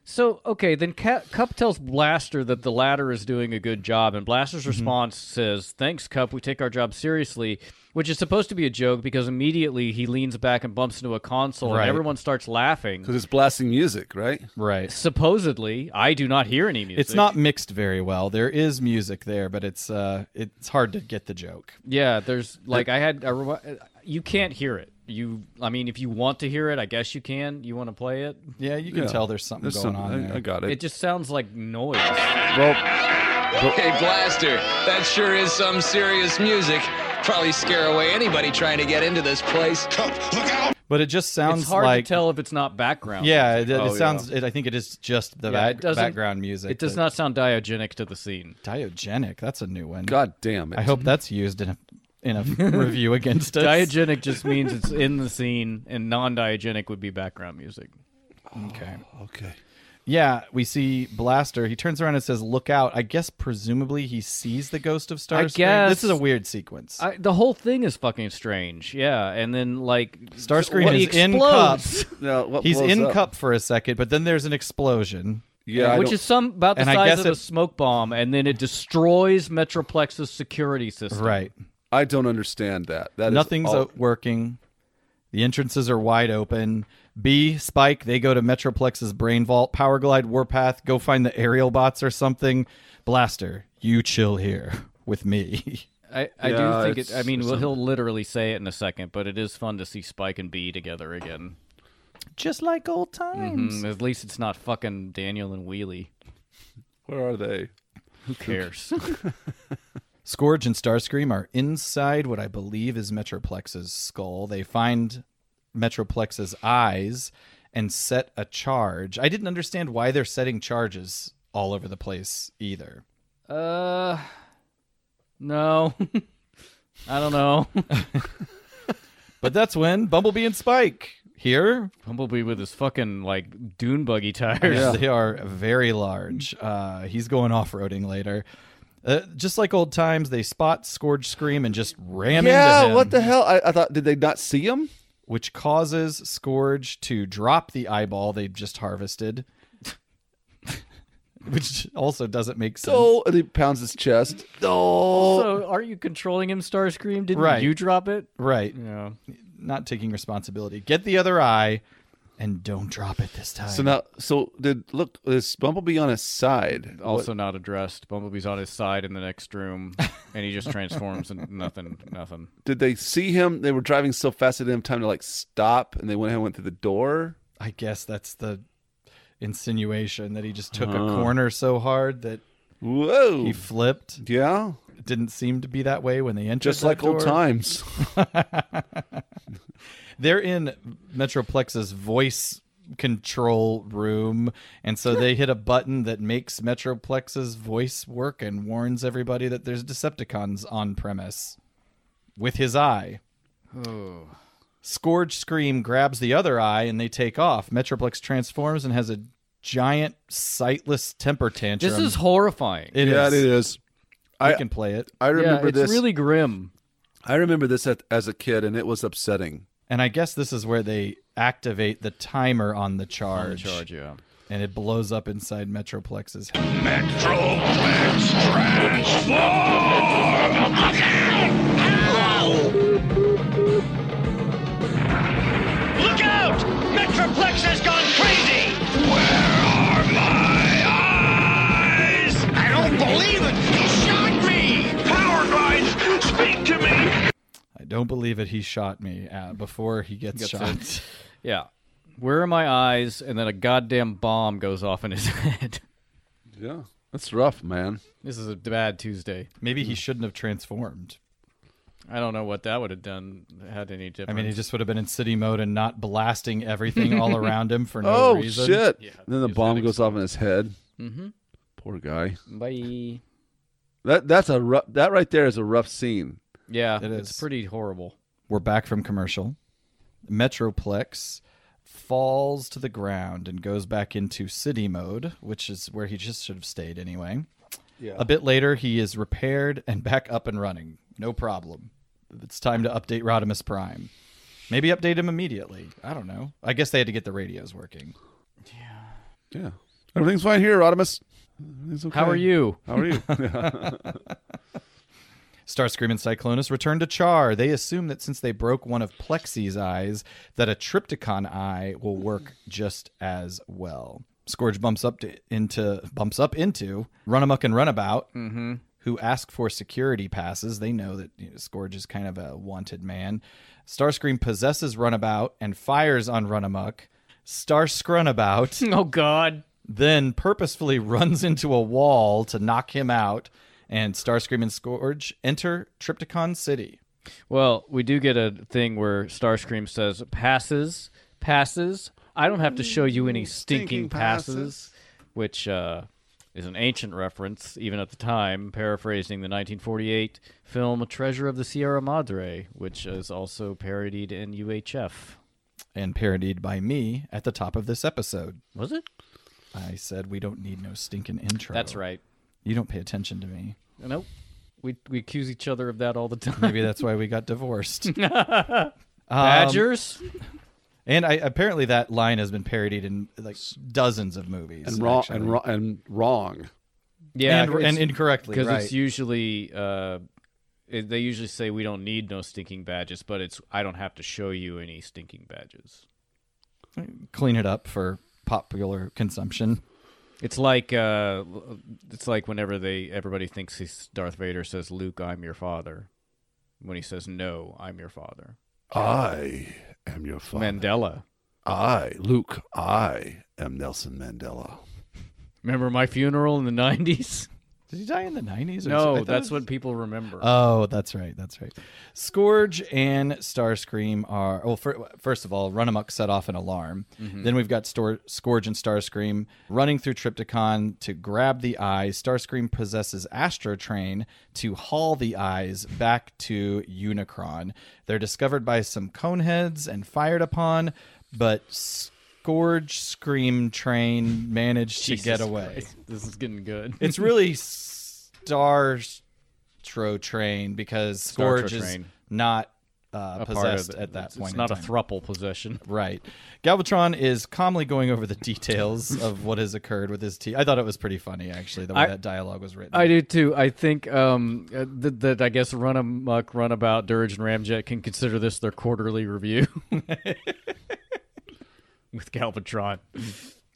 so okay. Then Ca- Cup tells Blaster that the Mm-hmm. latter is doing a good job, and Blaster's response says, "Thanks, Cup. We take our job seriously." which is supposed to be a joke because immediately he leans back and bumps into a console Right. and everyone starts laughing. because it's blasting music, right? Right. Supposedly, I do not hear any music. It's not mixed very well. There is music there, but it's uh, it's hard to get the joke. Yeah, there's like I had. I re- you can't hear it. You, I mean, if you want to hear it, I guess you can. You want to play it? Yeah, you can Yeah. tell there's something There's going something- on I, there. I got it. It just sounds like noise. well, Hey, Blaster, that sure is some serious music. Probably scare away anybody trying to get into this place. Look out! but it just sounds It's hard like to tell if it's not background. Yeah, it, it Oh, yeah. sounds. It, I think it is just the Yeah, it back, doesn't- background music. it does that- not sound diogenic to the scene. Diogenic. That's a new one. God damn it! I hope that's used in a in a [LAUGHS] review against us. Diogenic just means it's in the scene, and non-diogenic would be background music. Okay. Okay. Yeah, we see Blaster. He turns around and says, "Look out!" I guess presumably he sees the ghost of Starscream. guess- this is a weird sequence. I, the whole thing is fucking strange. Yeah, and then like Starscream what- is he in explodes, cup. Now, what He's blows in up? cup for a second, but then there's an explosion. Yeah, I which don't- is some about the And I size guess of it- a smoke bomb, and then it destroys Metroplex's security system. Right. I don't understand that. That is Nothing's all- o- working. The entrances are wide open. B, Spike, they go to Metroplex's brain vault, Power Glide, Warpath, go find the aerial bots or something. Blaster, you chill here [LAUGHS] with me. I, I Yeah, do think it. it's- I mean, it's well, he'll literally say it in a second, but it is fun to see Spike and B together again. Just like old Mm-hmm. times. Mm, at least it's not fucking Daniel and Wheelie. Where are they? Who [LAUGHS] cares? Scourge and Starscream are inside what I believe is Metroplex's skull. They find Metroplex's eyes and set a charge. I didn't understand why they're setting charges all over the place either. uh, no, [LAUGHS] I don't know. [LAUGHS] But that's when Bumblebee and Spike here. Bumblebee with his fucking like dune buggy tires. They are very large. Uh, he's going off roading later. Uh, just like old times, they spot Scourge Scream and just ram into Yeah, him, what the hell? I, I thought did they not see him? which causes Scourge to drop the eyeball they just harvested, [LAUGHS] which also doesn't make sense. So and he pounds his chest. Oh, So, aren't you controlling him, Starscream? Didn't Right. you drop it? right, Yeah. not taking responsibility. Get the other eye, and don't drop it this time. So now, so did look is Bumblebee on his side? Also not addressed. Bumblebee's on his side in the next room, and he [LAUGHS] just transforms and nothing, nothing. Did they see him? They were driving so fast they didn't have time to like stop, and they went ahead and went through the door. I guess that's the insinuation that he just took a corner so hard that Whoa! he flipped. yeah, It didn't seem to be that way when they entered. just that like old door. times. They're in Metroplex's voice control room, and so they hit a button that makes Metroplex's voice work and warns everybody that there's Decepticons on premise with his eye. Scourge Scream grabs the other eye and they take off. Metroplex transforms and has a giant sightless temper tantrum. This is horrifying. It is. is. We I can play it. I remember yeah, it's this. really grim. I remember this at, as a kid, and it was upsetting. And I guess this is where they activate the timer on the on the charge. charge, yeah. And it blows up inside Metroplex's head. Metroplex transform! Look out! Look out! Metroplex has gone crazy! Where are my eyes? I don't believe it! He shot me! Power guys, speak to me! I don't believe it. He shot me uh, before he gets, shot. Yeah. Where are my eyes? And then a goddamn bomb goes off in his [LAUGHS] head. Yeah, that's rough, man. this is a bad Tuesday. [LAUGHS] Maybe he shouldn't have transformed. I don't know what that would have done had any I difference. mean, he just would have been in city mode and not blasting everything [LAUGHS] all around him for no oh reason. shit! then the bomb goes off in his head. Mm-hmm. Poor guy. Bye. That that's a rough. That right there is a rough scene. Yeah, It it's is. pretty horrible. We're back from commercial. Metroplex falls to the ground and goes back into city mode, which is where he just should have stayed anyway. Yeah. A bit later, he is repaired and back up and running. No problem. It's time to update Rodimus Prime. Maybe update him immediately. I don't know. I guess they had to get the radios working. Yeah, everything's [LAUGHS] fine here, Rodimus. Everything's okay. How are you? How are you? Starscream and Cyclonus return to Char. They assume that since they broke one of Plexi's eyes, that a Tripticon eye will work just as well. Scourge bumps up to, into bumps up into Runamuck and Runabout, who ask for security passes. They know that you know, Scourge is kind of a wanted man. Starscream possesses Runabout and fires on Runamuck. Starscrunabout [LAUGHS] Oh God. then purposefully [LAUGHS] runs into a wall to knock him out, and Starscream and Scourge enter Tripticon City. Well, we do get a thing where Starscream says passes, passes. I don't have to show you any stinking, Mm, Stinking passes, passes." which uh, is an ancient reference, even at the time, paraphrasing the 1948 film Treasure of the Sierra Madre, which is also parodied in UHF. And parodied by me at the top of this episode. Was it? I said we don't need no stinking intro. That's right. You don't pay attention to me. Nope. We, we accuse each other of that all the time. Maybe that's why we got [LAUGHS] divorced. Um, Badgers? And I apparently that line has been parodied in like dozens of movies. and wrong actually. and wrong and wrong. yeah. and, it's- and incorrectly, because right? it's usually uh, it, they usually say we don't need no stinking badges, but it's I don't have to show you any stinking badges. Clean it up for popular consumption. It's like uh, it's like whenever they everybody thinks he's Darth Vader says Luke, I'm your father, when he says no, I'm your father. I am your father. Mandela, I, Luke, I am Nelson Mandela. remember my funeral in the [LAUGHS] '90s? Did he die in the nineties? No, that's what people remember. Oh, that's right. That's right. Scourge and Starscream are. Well, fir- first of all, Runamuck set off an alarm. Mm-hmm. Then we've got Stor- Scourge and Starscream running through Tripticon to grab the eyes. Starscream possesses Astrotrain to haul the eyes back to Unicron. They're discovered by some coneheads and fired upon, but Scourge Scream Train managed to Jesus get away Christ, This is getting good. [LAUGHS] it's really Star Tro Train because Star Scourge is Train. not uh, A part of possessed it. at that It's- point. It's in not a time. thruple possession. Right. Galvatron is calmly going over the [LAUGHS] details of what has occurred with his team. I thought it was pretty funny, actually, the way I- that dialogue was written. I do too. I think um, uh, that, that I guess Run Amok, Runabout, Dirge, and Ramjet can consider this their quarterly review [LAUGHS] with Galvatron.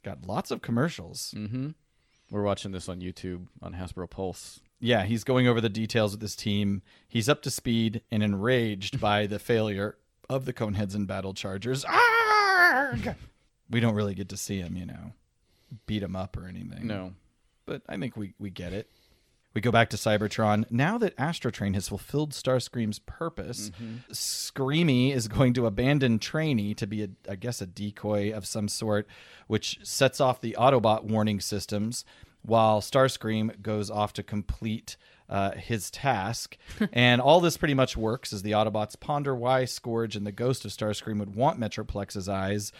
Got lots of commercials. Mm. We're watching this on YouTube on Hasbro Pulse. Yeah, he's going over the details with his team. He's up to speed and enraged by [LAUGHS] the failure of the Coneheads and Battle Chargers. Arrgh! We don't really get to see him, you know, beat him up or anything. No, but I think we, we get it. We go back to Cybertron. Now that Astrotrain has fulfilled Starscream's purpose, Screamy is going to abandon Trainee to be, a, I guess, a decoy of some sort, which sets off the Autobot warning systems while Starscream goes off to complete uh, his task. and all this pretty much works as the Autobots ponder why Scourge and the ghost of Starscream would want Metroplex's eyes.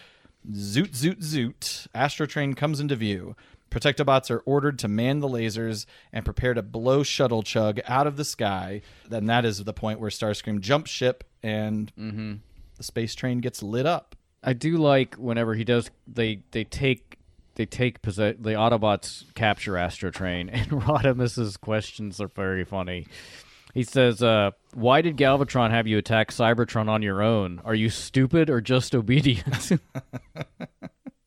Zoot, zoot, zoot. Astrotrain comes into view. Protectobots are ordered to man the lasers and prepare to blow Shuttle Chug out of the sky. Then that is the point where Starscream jumps ship and the space train gets lit up. I do like whenever he does. They they take they take possess the Autobots capture Astrotrain, [LAUGHS] and Rodimus's questions are very funny. He says, uh, "Why did Galvatron have you attack Cybertron on your own? Are you stupid or just obedient?" [LAUGHS]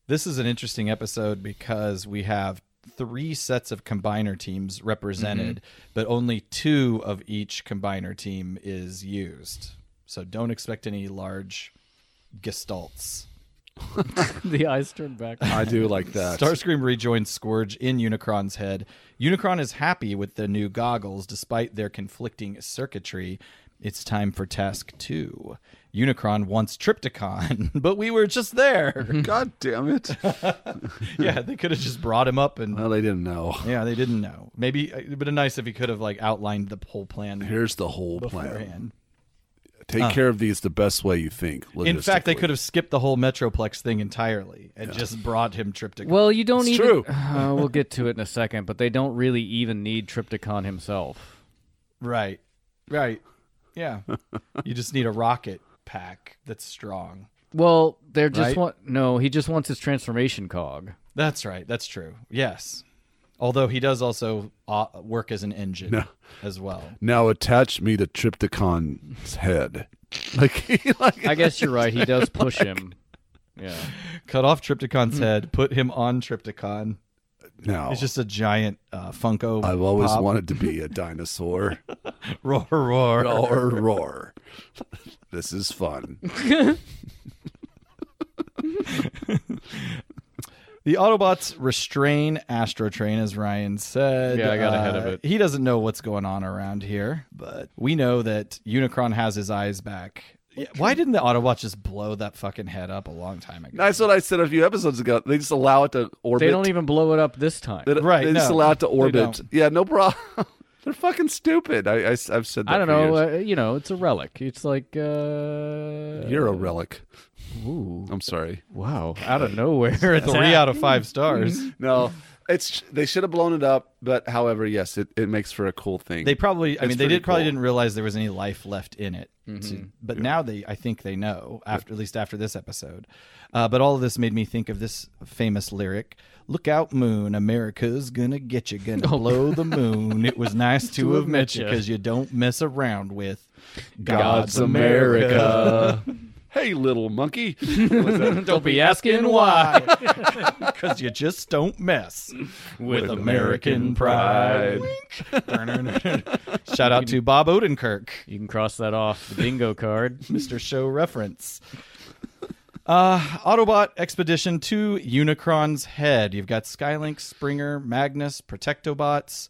This is an interesting episode because we have three sets of combiner teams represented, but only two of each combiner team is used. So don't expect any large gestalts. [LAUGHS] the eyes turn back. I do like that. Starscream rejoins Scourge in Unicron's head. Unicron is happy with the new goggles despite their conflicting circuitry. It's time for task two. Unicron wants Tripticon, [LAUGHS] but we were just [LAUGHS] there. God damn it. yeah, they could have just brought him up and. [LAUGHS] well, they didn't know. Yeah, they didn't know. Maybe uh, it would have been nice if he could have like outlined the whole plan Here's the whole plan. beforehand. Take care of these the best way you think. In fact, they logistically. could have skipped the whole Metroplex thing entirely and just brought him Tripticon. Well, you don't It's even. [LAUGHS] true. Uh, we'll get to it in a second, but they don't really even need Tripticon himself. Right. Right. [LAUGHS] Yeah. you just need a rocket pack that's strong. Well, they're just Right? want. No, he just wants his transformation cog. That's right. That's true. Yes. Although he does also uh, work as an engine No. as well. Now attach me to Triptychon's head. [LAUGHS] Like, he, like I guess you're right. He does push [LAUGHS] him. Yeah. Cut off Hmm. Triptychon's head, put him on Triptychon. no. It's just a giant uh, Funko. I've always pop. wanted to be [LAUGHS] a dinosaur. roar [LAUGHS] roar. roar, roar. [LAUGHS] This is fun. The Autobots restrain Astro Train, as Ryan said. Uh, Yeah, I got ahead of it. He doesn't know what's going on around here, but we know that Unicron has his eyes back. Yeah, Why didn't the Autobots just blow that fucking head up a long time ago? That's what I said a few episodes ago. They just allow it to orbit. They don't even blow it up this time. They don't- Right, They just no, allow it to they orbit. don't. Yeah, no problem. [LAUGHS] They're fucking stupid. I, I, have said that. I don't for know. years. Uh, you know, it's a relic. It's like uh, You're a Oh. relic. Ooh, I'm sorry. wow, out of [LAUGHS] nowhere. it's Three out of five [LAUGHS] stars. No, it's they should have blown it up. But however, yes, it, it makes for a cool thing. They probably, I It's mean, they pretty did probably cool. didn't realize there was any life left in it. To- but now they, I think they know after at least after this episode. Uh, but all of this made me think of this famous lyric: "Look out, moon, America's gonna get you, gonna blow the moon. It was nice to have met you ya. because you don't mess around with God's America. hey, little [LAUGHS] monkey. [LAUGHS] don't be asking why. [LAUGHS] because you just don't mess with, American pride." [LAUGHS] Shout out to Bob Odenkirk. You can cross that off the bingo card. Mr. Show reference. Uh, Autobot Expedition to Unicron's Head. You've got Skylink, Springer, Magnus, Protectobots.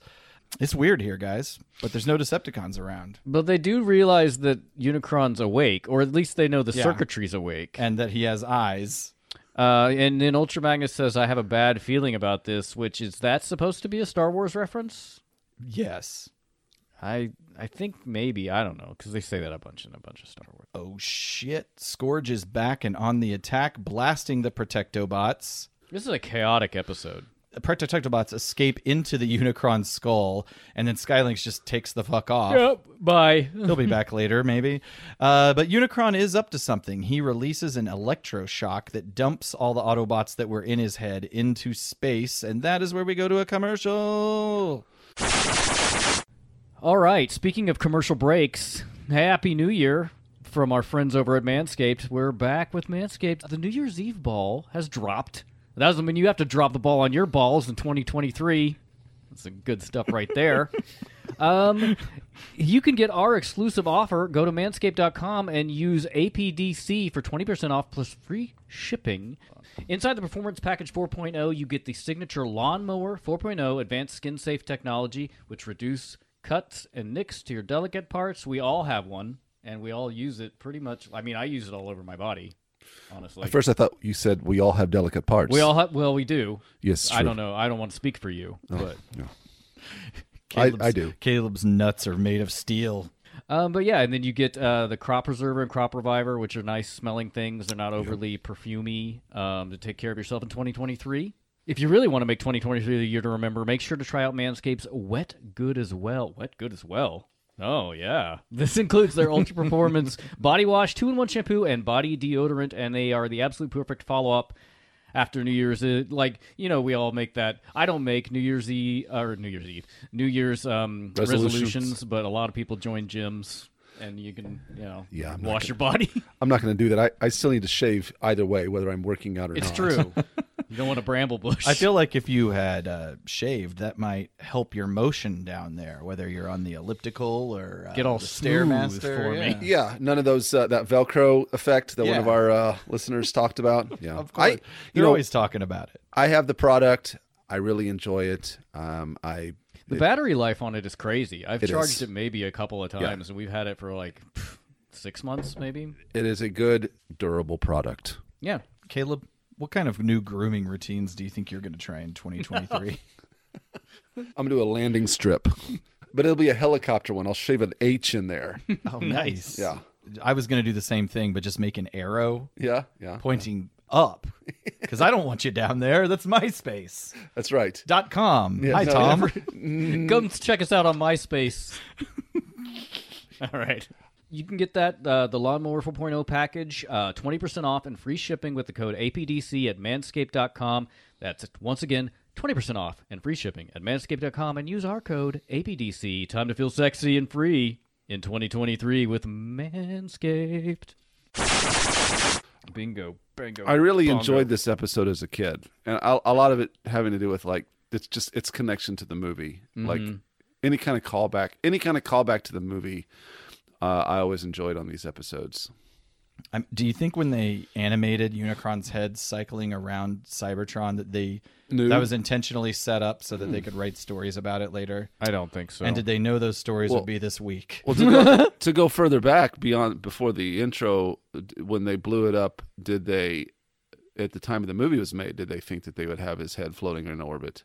It's weird here, guys, but there's no Decepticons around, But they do realize that Unicron's awake, or at least they know the Yeah. circuitry's awake. and that he has eyes. Uh, and then Ultra Magnus says, "I have a bad feeling about this." Which is that supposed to be a Star Wars reference? Yes. I I think maybe I don't know because they say that a bunch in a bunch of Star Wars. Oh shit! Scourge is back and on the attack, blasting the Protectobots. This is a chaotic episode. The Protectobots escape into the Unicron skull, and then Skylink just takes the fuck off. bye. He'll be [LAUGHS] back later, maybe. Uh, but Unicron is up to something. He releases an electroshock that dumps all the Autobots that were in his head into space, and that is where we go to a commercial. All right. Speaking of commercial breaks, Happy New Year from our friends over at Manscaped. We're back with Manscaped. The New Year's Eve ball has dropped. That doesn't mean you have to drop the ball on your balls in 2023. That's some good stuff right there. um, you can get our exclusive offer. Go to manscaped.com and use APDC for 20% off plus free shipping. Inside the Performance Package 4.0, you get the signature lawnmower 4.0 advanced skin safe technology, which reduce cuts and nicks to your delicate parts. We all have one, and we all use it pretty much. I mean, I use it all over my body, honestly. At first, I thought you said we all have delicate parts. we all have, well, we do. Yes, I true. Oh. don't know. I don't want to speak for you, but I, I do. Caleb's nuts are made of steel. Um, but yeah, and then you get uh, the crop preserver and crop reviver, which are nice smelling things. They're not overly perfumey um, to take care of yourself in 2023. If you really want to make 2023 the year to remember, make sure to try out Manscaped's Wet Good as well. Wet Good as well. Oh yeah, [LAUGHS] this includes their ultra performance body wash, two in one shampoo, and body deodorant, and they are the absolute perfect follow up after New Year's. uh, Like you know, we all make that. I don't make New Year's Eve or New Year's Eve, New Year's um, Resolutions. resolutions gyms, but a lot of people join gyms and you can, you know, Yeah, I'm not wash your body. I'm not going to do that. I, I still need to shave either way, whether I'm working out [LAUGHS] or it's not. true. [LAUGHS] you don't want a bramble bush. I [LAUGHS] feel like if you had uh, shaved, that might help your motion down there, whether you're on the elliptical or uh, Get all the smooth stairmaster for me. yeah. Yeah, none of those uh, that Velcro effect that one of Yeah. our uh, listeners talked about. Yeah, Of course, I, you're you know, always talking about it. I have the product. I really enjoy it. Um, I the battery life on it is crazy. I've It charged is. it maybe a couple of times and we've had it for like pff, six months maybe. it is a good durable product. Yeah. Caleb, what kind of new grooming routines do you think you're going to try in 2023? [LAUGHS] I'm gonna do a landing strip, [LAUGHS] but it'll be a helicopter one. I'll shave an H in [LAUGHS] there. [LAUGHS] Oh, nice. Yeah. I was going to do the same thing, but just make an arrow yeah, yeah, pointing up because I don't want you down there. That's MySpace.com. that's right. Hi, no, Tom. Come check us out on MySpace. [LAUGHS] All right. You can get that uh, the lawnmower 4.0 package, uh, 20% off and free shipping with the code APDC at manscaped.com. That's once again 20% off and free shipping at manscaped.com and use our code APDC. Time to feel sexy and free in 2023 with Manscaped. Bingo. Bingo. I really enjoyed this episode as a kid, and a, a lot of it having to do with like it's just its connection to the movie, like any kind of callback, any kind of callback to the movie. Uh, I always enjoyed on these episodes. I'm, do you think when they animated Unicron's head cycling around Cybertron that they No. that was intentionally set up so that they could write stories about it later? I don't think so. And did they know those stories Well- would be this week? Well, [LAUGHS] to go, to go further back beyond before the intro, d- when they blew it up, did they, at the time of the movie was made, did they think that they would have his head floating in orbit?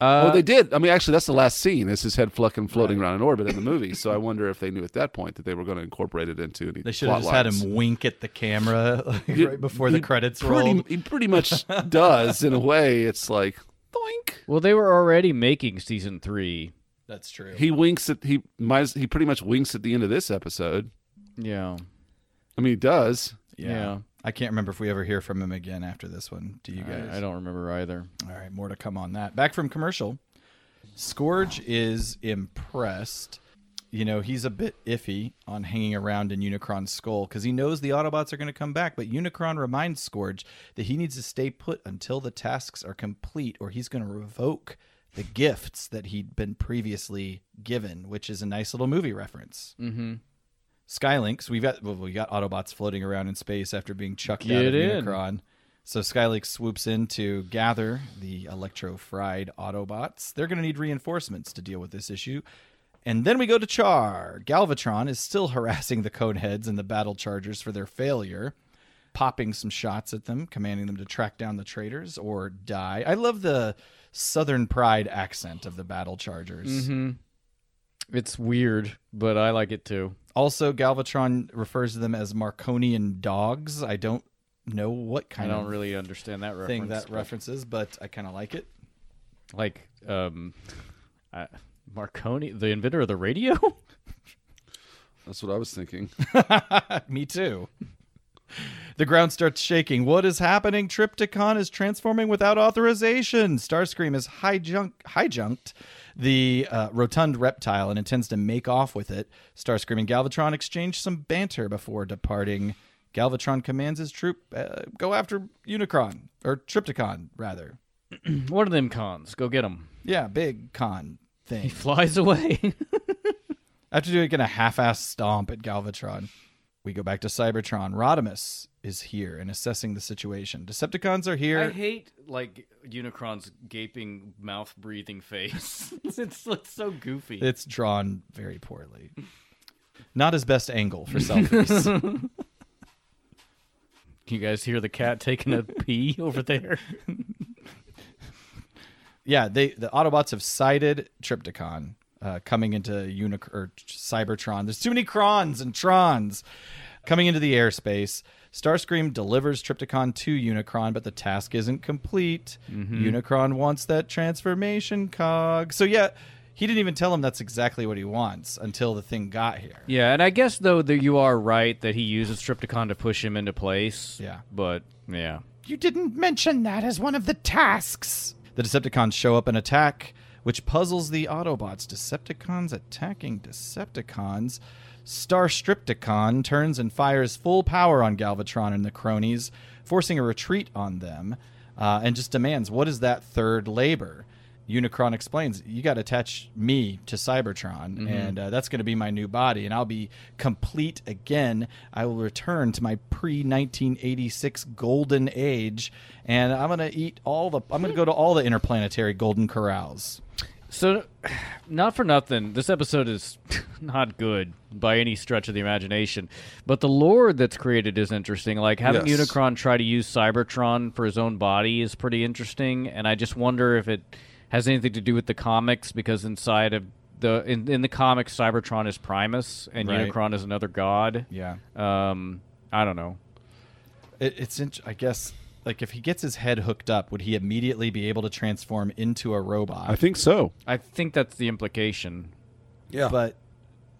Uh, Uh, well, they did. I mean, actually, that's the last scene. Is his head fucking floating around in orbit in the [LAUGHS] movie? So I wonder if they knew at that point that they were going to incorporate it into any. They should have just plot had lines. him wink at the camera [LAUGHS] like, Yeah, right before the he credits pretty, rolled. He [LAUGHS] pretty much does in a way. It's like doink. well, they were already making season three. That's true. He winks at he might as- he pretty much winks at the end of this episode. Yeah. I mean, he does. yeah. I can't remember if we ever hear from him again after this one. Do you guys? I, I don't remember either. All right, more to come on that. Back from commercial. Scourge is impressed. You know, he's a bit iffy on hanging around in Unicron's skull because he knows the Autobots are going to come back, but Unicron reminds Scourge that he needs to stay put until the tasks are complete or he's going to revoke the gifts that he'd been previously given, which is a nice little movie reference. Mm hmm. Skylinks, we've got well, we got Autobots floating around in space after being chucked out Get of in. Unicron. So Skylink swoops in to gather the electro fried Autobots. They're going to need reinforcements to deal with this issue. And then we go to Char. Galvatron is still [LAUGHS] harassing the Coneheads and the Battle Chargers for their failure, popping some shots at them, commanding them to track down the traitors or die. I love the Southern pride accent of the Battle Mm-hmm. Chargers. It's weird, but I like it too. Also, Galvatron refers to them as Marconian dogs. I don't know what I kind don't of really understand Mm. that reference. thing that but- references, but I kind of like it. [LAUGHS] like um, I, Marconi, the inventor of the radio. [LAUGHS] That's what I was thinking. Me too. The ground starts shaking. What is happening? Tripticon is transforming without authorization. Starscream is hijunk- hijunked the uh, rotund reptile and intends to make off with it. Starscream and Galvatron exchange some banter before departing. Galvatron commands his troop uh, go after Unicron, or Tripticon, rather. One of them cons. Go get them. Yeah, big con thing. [LAUGHS] Flies away. After doing a half-ass stomp at Galvatron, we go back to Cybertron. Rodimus is here and assessing the situation. Decepticons are here. I hate like Unicron's gaping mouth breathing face. [LAUGHS] it's, it's, so goofy. it's drawn very poorly. Not his best angle for [LAUGHS] selfies. you guys hear the cat taking a pee [LAUGHS] over there? yeah, they the Autobots have sighted Tripticon uh, coming into Unic- or Cybertron. There's too many Crons and Trons coming into the airspace. Starscream delivers Tripticon to Unicron, but the task isn't complete. Unicron wants that transformation cog. So yeah, he didn't even tell him that's exactly what he wants until the thing got here. Yeah, and I guess though that you are right that he uses Tripticon to push him into place. Yeah. but yeah, You didn't mention that as one of the tasks. The Decepticons show up and attack, which puzzles the Autobots. Decepticons attacking Decepticons. Starstripticon turns and fires full power on Galvatron and the cronies, forcing a retreat on them, uh, and just demands, What is that third labor? Unicron explains, You got to attach me to Cybertron, and uh, that's going to be my new body, and I'll be complete again. I will return to my pre 1986 golden age, and I'm going to eat all the, I'm going to go to all the interplanetary golden corrals. So, [SIGHS] not for nothing, this episode is [LAUGHS] not good by any stretch of the imagination. But the lore that's created is interesting. Like having Yes. Unicron try to use Cybertron for his own body is pretty interesting, and I just wonder if it has anything to do with the comics because inside of the in, in the comics, Cybertron is Primus and Right. Unicron is another god. Yeah. Um, I don't know. Uh, It, it's, int- I guess, like if he gets his head hooked up, would he immediately be able to transform into a robot? I think so. I think that's the implication. Yeah, but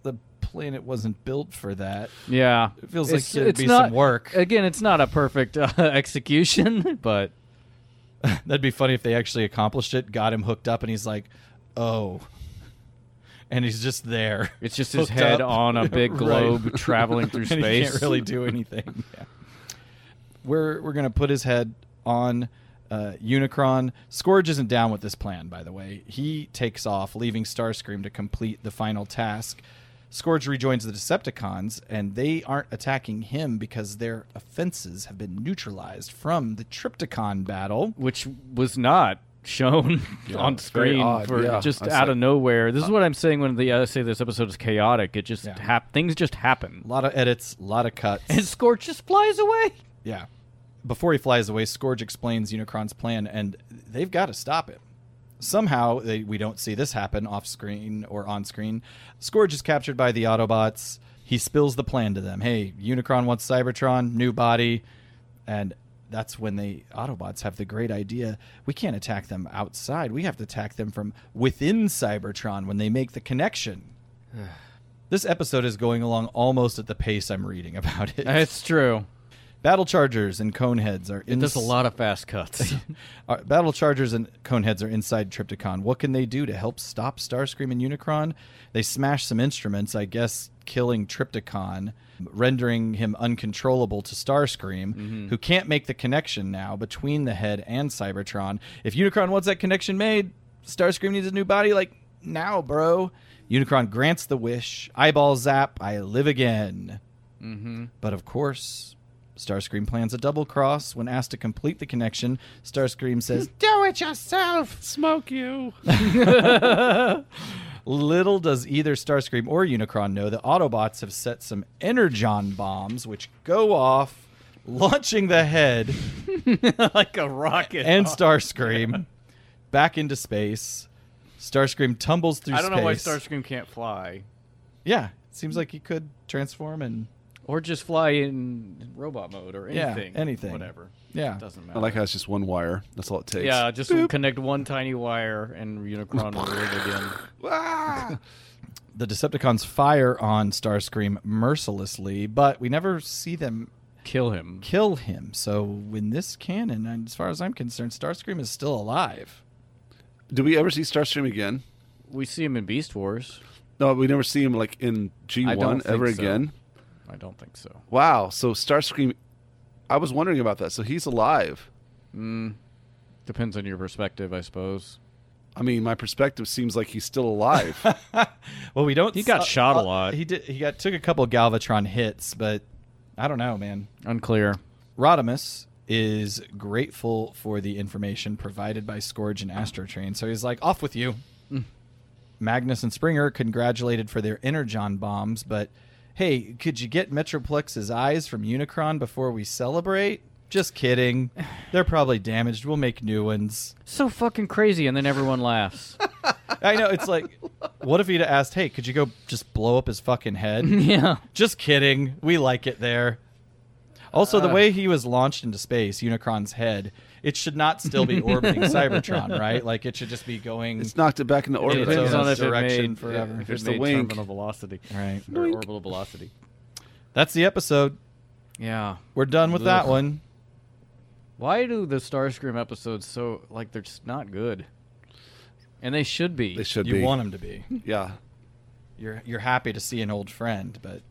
the planet wasn't built for that. Yeah, It feels like there'd be some work. [LAUGHS] Again, it's not a perfect uh, execution, [LAUGHS] but That'd be funny if they actually accomplished it, got him hooked up, and he's like, oh. And he's just there. It's just his hooked head up. [LAUGHS] on a big Right. globe traveling through [LAUGHS] And he space. can't really do anything. [LAUGHS] Yeah. We're we're gonna put his head on uh, Unicron. Scourge isn't down with this plan, by the way. He takes off, leaving Starscream to complete the final task. Scourge rejoins the Decepticons, and they aren't attacking him because their offenses have been neutralized from the Tripticon battle. which was not shown on it's very screen odd. for Yeah, just I out said- of nowhere. This is what I'm saying when the I say this episode is chaotic. It just Yeah. hap- things just happen. [LAUGHS] A lot of edits, a lot of cuts. And Scorch just flies away. Yeah. Before he flies away, Scourge explains Unicron's plan, and they've got to stop him. Somehow, they, we don't see this happen off screen or on screen. Scourge is captured by the Autobots. He spills the plan to them. Hey, Unicron wants Cybertron, new body. And that's when the Autobots have the great idea we can't attack them outside. We have to attack them from within Cybertron when they make the connection. this episode is going along almost at the pace I'm reading about it. It's true. Battle chargers and coneheads are in There's a lot of fast [LAUGHS] cuts. [LAUGHS] Are- battle chargers and coneheads are inside Tripticon. What can they do to help stop Starscream and Unicron? They smash some instruments, I guess, killing Tripticon, rendering him uncontrollable to Starscream, Mm-hmm. who can't make the connection now between the head and Cybertron. If Unicron wants that connection made, Starscream needs a new body like now, bro. Unicron grants the wish. Eyeball zap. I live again. Mm-hmm. But of course, Starscream plans a double cross. When asked to complete the connection, Starscream [LAUGHS] says, Do it yourself! Smoke you. Little does either Starscream or Unicron know that Autobots have set some Energon bombs, which go off, launching the head like a rocket. [LAUGHS] and Starscream back into space. Starscream tumbles through I don't know why space. Starscream can't fly. Yeah, seems like he could transform and. Or just fly in robot mode or Yeah, anything. anything. Whatever. Yeah. Doesn't matter. I like how it's just one wire. That's all it takes. yeah, just connect one tiny wire and Unicron will live again. Ah! The Decepticons fire on Starscream mercilessly, but we never see them Kill him. kill him. So in this canon, and as far as I'm concerned, Starscream is still alive. Do we ever see Starstream again? We see him in Beast Wars. No, we never see him like in I don't G1 think ever so. again. I don't think so. Wow. So Starscream, I was wondering about that. So he's alive. Depends on your perspective, I suppose. I mean, my perspective seems like he's [LAUGHS] still alive. Well, we don't. uh, He got shot a lot. He did. He got took a couple Galvatron hits, but I don't know, man. Unclear. Rodimus is grateful for the information provided by Scourge and Astrotrain, so he's like, "Off with you." Magnus and Springer congratulated for their energon bombs, but hey, could you get Metroplex's eyes from Unicron before we celebrate? Just [SIGHS] kidding. They're probably damaged. We'll make new ones. So fucking crazy, and then [LAUGHS] everyone laughs. I know. It's like, what if he'd have asked, hey, could you go just blow up his fucking head? [LAUGHS] yeah. just kidding. We like it there. Also, the way he was launched into space, Unicron's head, it should not still be orbiting Cybertron, right? Like, it should just be going. it's knocked it back into orbit. Depends Depends I guess. on on if if it direction it made- forever. if it made terminal terminal velocity. Right. Or orbital velocity. That's the episode. Yeah. We're done with that Ugh. one. Why do the Starscream episodes so like they're just not good? And they should be. They should you be. want him to be. yeah. You're you're happy to see an old friend, but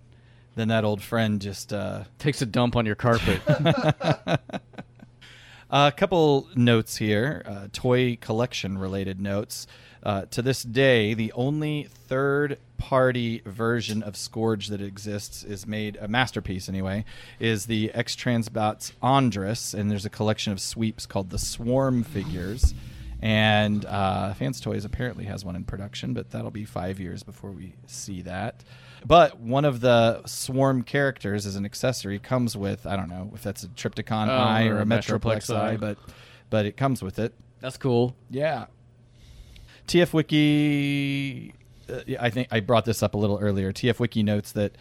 then that old friend just uh, Takes a dump on [LAUGHS] your carpet. A couple notes here, uh, toy collection related notes. Uh, to this day, the only third party version of Scourge that exists is made, a masterpiece anyway, is the X Transbots Andrus, and there's a collection of sweeps called the Swarm figures. And uh, Fans Toys apparently has one in production, but that'll be five years before we see that. But one of the Swarm characters as an accessory comes with, I don't know if that's a Tripticon Oh, eye Um, or or a a Metroplex Metroplex eye. eye, but but it comes with it. That's cool. Yeah. TF Wiki. Uh, yeah, I think I brought this up a little earlier. TF Wiki notes that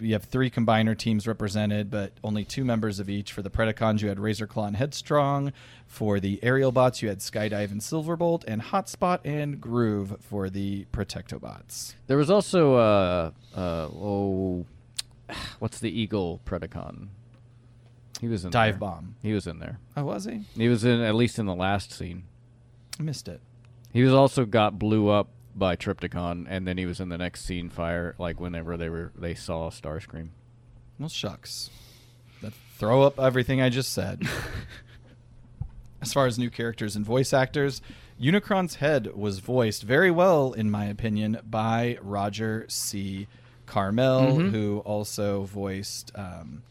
you have three combiner teams represented, but only two members of each. For the Predacons, you had Razorclaw and Headstrong. For the Aerial Bots, you had Skydive and Silverbolt, and Hotspot and Groove for the Protectobots. There was also [SIGHS] uh uh oh what's the Eagle Predacon? He was in Dive there. bomb. He was in there. Oh, was he? He was in at least in the last scene. I missed it. He was also got blew up by Tripticon, and then he was in the next scene fire, like whenever they were they saw Starscream. Well, shucks. That throw up everything I just said. as far as new characters and voice actors, Unicron's head was voiced very well, in my opinion, by Roger C. Carmel, who also voiced, um,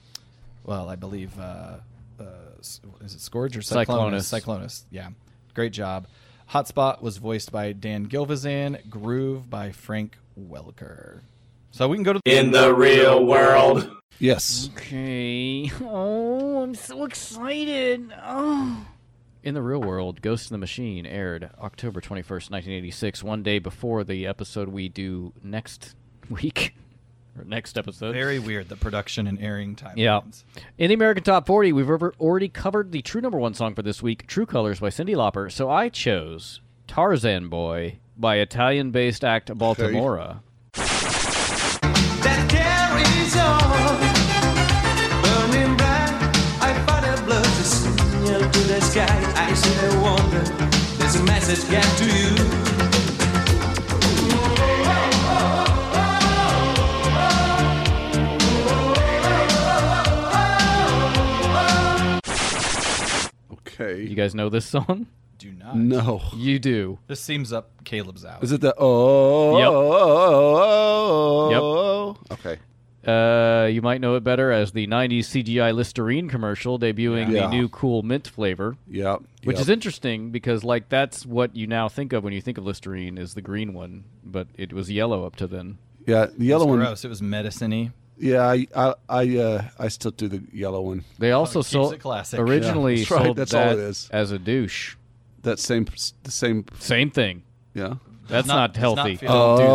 well, I believe, uh, uh, s- is it Scourge or Cyclonus? Cyclonus. Cyclonus, yeah. Great job. Hotspot was voiced by Dan Gilvezan, Groove by Frank Welker. So we can go to In the real world. Yes. Okay. [LAUGHS] Oh, I'm so excited. Oh. In the real world, Ghost in the Machine aired October 21st, 1986, one day before the episode we do next [LAUGHS] week. Or next episode. Very weird the production and airing timelines. Yeah. In the American Top 40, we've over- already covered the true number one song for this week, True Colors by Cindy Lauper. So I chose Tarzan Boy by Italian based act Baltimora. You Okay. guys know this [LAUGHS] song? Do not. No. You do. This seems up Caleb's out. Is it the oh? Yep. oh, oh, oh, Okay. Uh, you might know it better as the 90s CGI Listerine commercial debuting Yeah. the new cool mint flavor, Yep. which yep. is interesting because, like, that's what you now think of when you think of Listerine is the green one, but it was yellow up to then. Yeah, the yellow one. gross. It was medicine-y. Yeah, I, I, I, uh, I still do the yellow one. They also keeps sold Oh, it classic. originally Yeah, that's right. sold That's all that it is. as a douche. That same, the same. Same thing. Yeah. That's not- not, does not healthy. feel- Don't Oh, do that.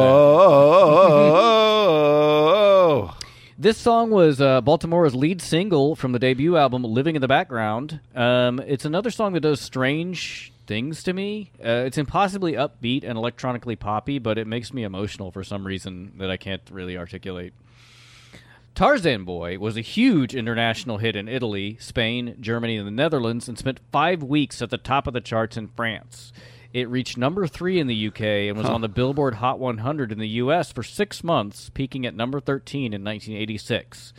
oh, oh, oh, This song was uh, Baltimore's lead single from the debut album "Living in the Background." Um, it's another song that does strange things to me. Uh, it's impossibly upbeat and electronically poppy, but it makes me emotional for some reason that I can't really articulate. Tarzan Boy was a huge international hit in Italy, Spain, Germany, and the Netherlands, and spent five weeks at the top of the charts in France. It reached number three in the UK and was on the Billboard Hot 100 in the US for six months, peaking at number 13 in 1986.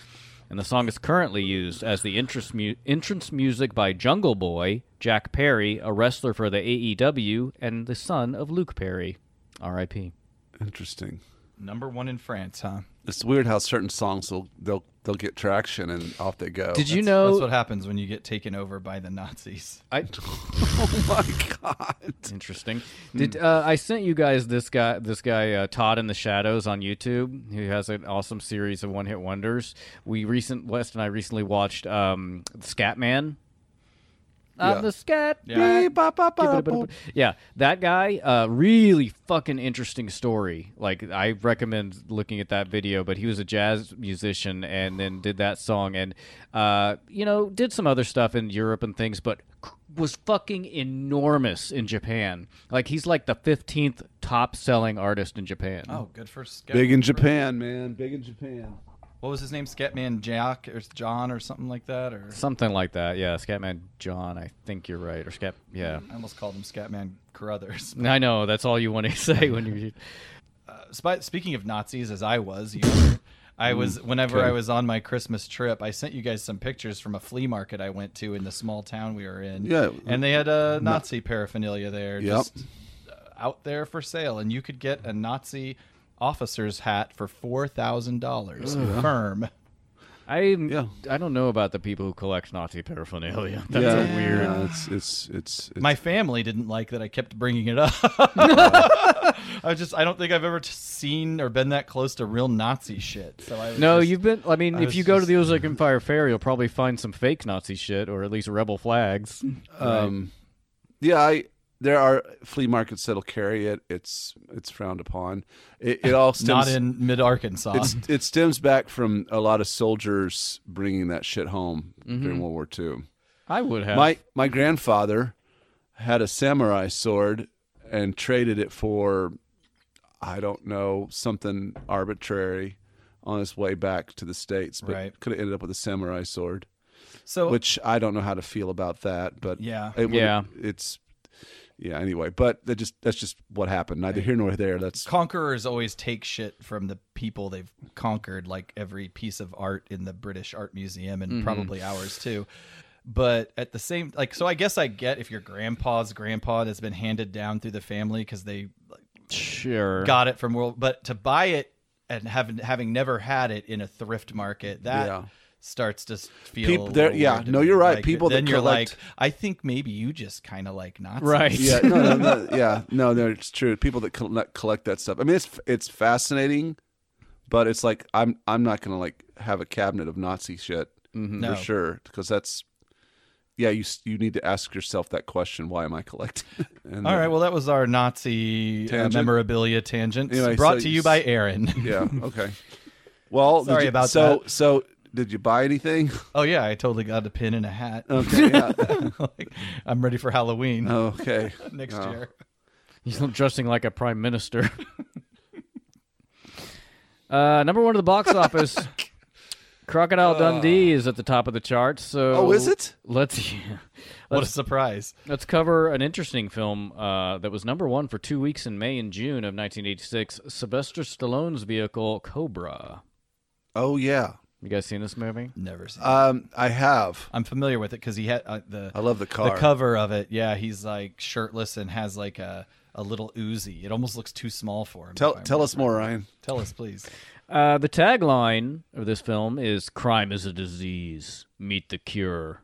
And the song is currently used as the entrance, mu- entrance music by Jungle Boy, Jack Perry, a wrestler for the AEW, and the son of Luke Perry. R.I.P. Interesting. Number one in France, huh? It's weird how certain songs will they'll they'll get traction and off they go. Did you Oh, That's know? what happens when you get taken over by the Nazis. I, [LAUGHS] Oh my god! Interesting. Did uh, I sent you guys this guy? This guy uh, Todd in the Shadows on YouTube, who has an awesome series of one-hit wonders. We recent West and I recently watched um, Scatman. I'm Yeah. the Scat. Yeah. Man. Yeah, that guy. Uh, really fucking interesting story. Like I recommend looking at that video. But he was a jazz musician and then did that song and uh, you know did some other stuff in Europe and things, but was fucking enormous in Japan. Like he's like the fifteenth top selling artist in Japan. Oh, good for Scat- Big in Japan, man. Big in Japan. What was his name? Scatman Jack or John or something like that? Or Something like that, yeah. Scatman John, I think you're right, or Scat, yeah. I almost called him Scatman Carruthers. I know that's all you want to [LAUGHS] say when [LAUGHS] you. Sp- speaking of Nazis, as I was, you were- Mm, I was whenever I was on my Christmas trip, I sent you guys some pictures from a flea market I went to in the small town we were in. Yeah. and they had a Nazi paraphernalia there, Yep. just uh, out there for sale, and you could get a Nazi officer's hat for four thousand dollars firm. I Yeah. I don't know about the people who collect Nazi paraphernalia. That's yeah, a weird. Yeah, it's it's it's. it's My family didn't like that I kept bringing it [LAUGHS] up. I just I don't think I've ever t- seen or been that close to real Nazi shit. So I was No, just- you've been. I mean, if was you go to just- the Ozark and Fire Fair, you'll probably find some fake Nazi shit, or at least rebel flags. um, yeah, I there are flea markets that'll carry it. It's it's frowned upon. It, it all stems not in mid Arkansas. It's, it stems back from a lot of soldiers bringing that shit home Mm-hmm. during World War II. I would have. My my grandfather had a samurai sword and traded it for I don't know something arbitrary on his way back to the states, but Right. could have ended up with a samurai sword. So which I don't know how to feel about that, but Yeah. it would- Yeah. it's yeah. Anyway, but that just that's just what happened. Neither here nor there. That's conquerors always take shit from the people they've conquered, like every piece of art in the British Art Museum Mm-hmm. and probably ours too. But at the same, like, so I guess I get if your grandpa's grandpa that's been handed down through the family because they like, Sure. got it from world, but to buy it and having having never had it in a thrift market that. Yeah. Starts to s- feel. Peop- a there- little yeah, weird to no, me. you're right. Like, People that then you're collect- like, I think maybe you just kind of like Nazis. [LAUGHS] Right. [LAUGHS] yeah, no, no, no, yeah, no, no. It's true. People that collect, collect that stuff. I mean, it's it's fascinating, but it's like I'm I'm not gonna like have a cabinet of Nazi shit Mm-hmm. No. for sure because that's yeah. You s- you need to ask yourself that question. Why am I collecting? [LAUGHS] And All right, well, that was our Nazi uh, Tangent. memorabilia tangent Anyway, brought so to you you s- by Aaron. [LAUGHS] Yeah. Okay. Well, did Sorry you- about so, So, did you buy [LAUGHS] anything? oh, yeah, I totally got a pin and a hat. Okay. Yeah. [LAUGHS] like, I'm ready for Halloween Uh, okay. [LAUGHS] next Oh. [LAUGHS] year. He's not dressing like a prime minister. [LAUGHS] uh, number one of the box office, Crocodile Dundee is at the top of the charts. So Oh, is it? Let's [LAUGHS] What a surprise. let's cover an interesting film uh, that was number one for two weeks in May and June of 1986. Sylvester Stallone's vehicle Cobra. Oh yeah. You guys seen this movie? Never seen it. Um, I have. I'm familiar with it because he had uh, the, I love the car. the cover of it. Yeah, he's like shirtless and has like a, a little Uzi. It almost looks too small for him. Tell if I'm- tell us more, Ryan. tell us, please. Uh, the tagline of this film is "Crime is a disease. Meet the cure."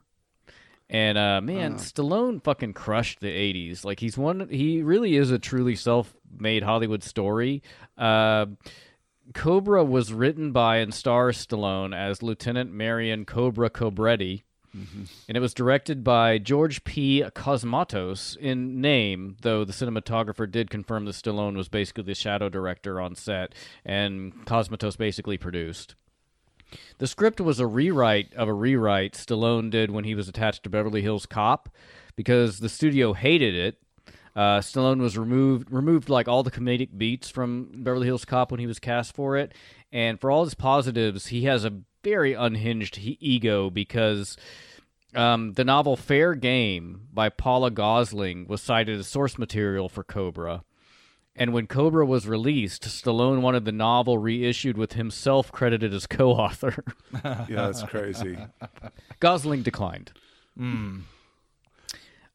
And uh, man, Stallone fucking crushed the '80s. Like he's one. He really is a truly self-made Hollywood story. Uh, Cobra was written by and stars Stallone as Lieutenant Marion Cobra Cobretti. And it was directed by George P. Cosmatos in name, though the cinematographer did confirm that Stallone was basically the shadow director on set, and Cosmatos basically produced. The script was a rewrite of a rewrite Stallone did when he was attached to Beverly Hills Cop because the studio hated it. Uh, Stallone was removed removed like all the comedic beats from Beverly Hills Cop when he was cast for it, and for all his positives, he has a very unhinged he- ego because um, the novel Fair Game by Paula Gosling was cited as source material for Cobra. And when Cobra was released, Stallone wanted the novel reissued with himself credited as co [LAUGHS] author. Yeah, [LAUGHS] that's crazy. Gosling declined. Hmm.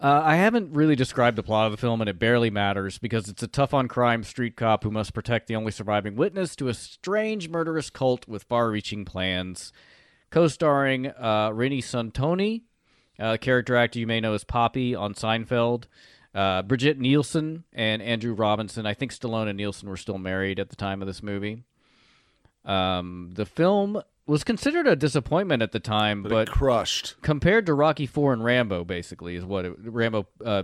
Uh, I haven't really described the plot of the film, and it barely matters because it's a tough on crime street cop who must protect the only surviving witness to a strange murderous cult with far reaching plans. Co starring uh, Renee Santoni, a character actor you may know as Poppy on Seinfeld, uh, Bridget Nielsen, and Andrew Robinson. I think Stallone and Nielsen were still married at the time of this movie. Um, the film was considered a disappointment at the time, but Crushed. compared to Rocky Four and Rambo, basically is what it, Rambo uh,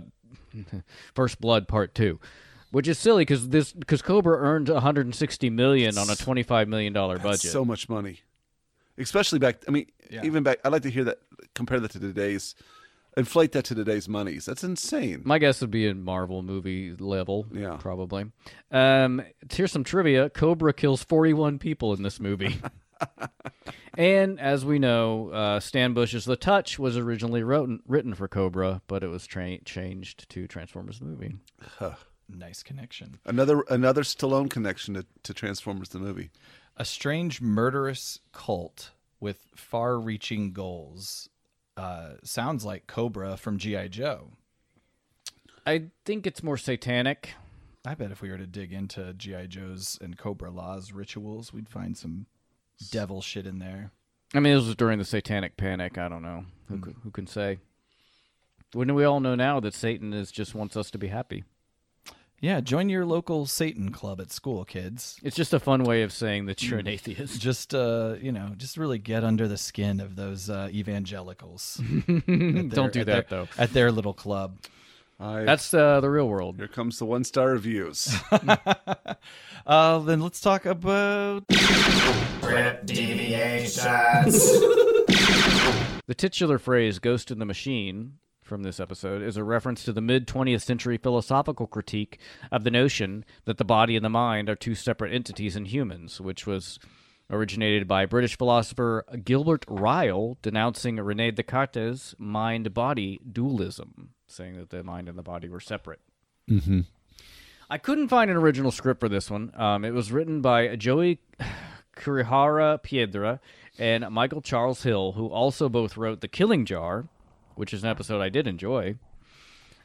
[LAUGHS] First Blood Part Two, which is silly because this because Cobra earned 160 million on a 25 million dollar That's budget. so much money, especially back. I mean, even back. I'd like to hear that. Compare that to today's. Inflate that to today's monies. That's insane. My guess would be in Marvel movie level, Yeah. probably. Um, here's some trivia: Cobra kills 41 people in this [LAUGHS] movie. And as we know, uh, Stan Bush's "The Touch" was originally wrote, written for Cobra, but it was tra- changed to Transformers the movie. Nice connection. Another another Stallone connection to, to Transformers the movie. a strange murderous cult with far-reaching goals uh, sounds like cobra from gi joe I think it's more satanic. i bet if we were to dig into gi joe's and cobra law's rituals we'd find some devil shit in there I mean, this was during the Satanic Panic. I don't know who c- who can say. Wouldn't we all know now that Satan is just wants us to be happy? yeah join your local satan club at school kids It's just a fun way of saying that you're an atheist. just uh, you know, just really get under the skin of those uh, evangelicals. At [LAUGHS] Don't do at that, their- though. At their little club, I, That's uh, the real world. here comes the one [LAUGHS] star reviews. uh, then let's talk about Rip deviations. The titular phrase "ghost in the machine" from this episode is a reference to the mid 20th century philosophical critique of the notion that the body and the mind are two separate entities in humans, which was originated by British philosopher Gilbert Ryle, denouncing Rene Descartes' mind body dualism, saying that the mind and the body were separate. I couldn't find an original script for this one. Um, it was written by Joey Kurihara Piedra and Michael Charles Hill, who also both wrote The Killing Jar, which is an episode I did enjoy.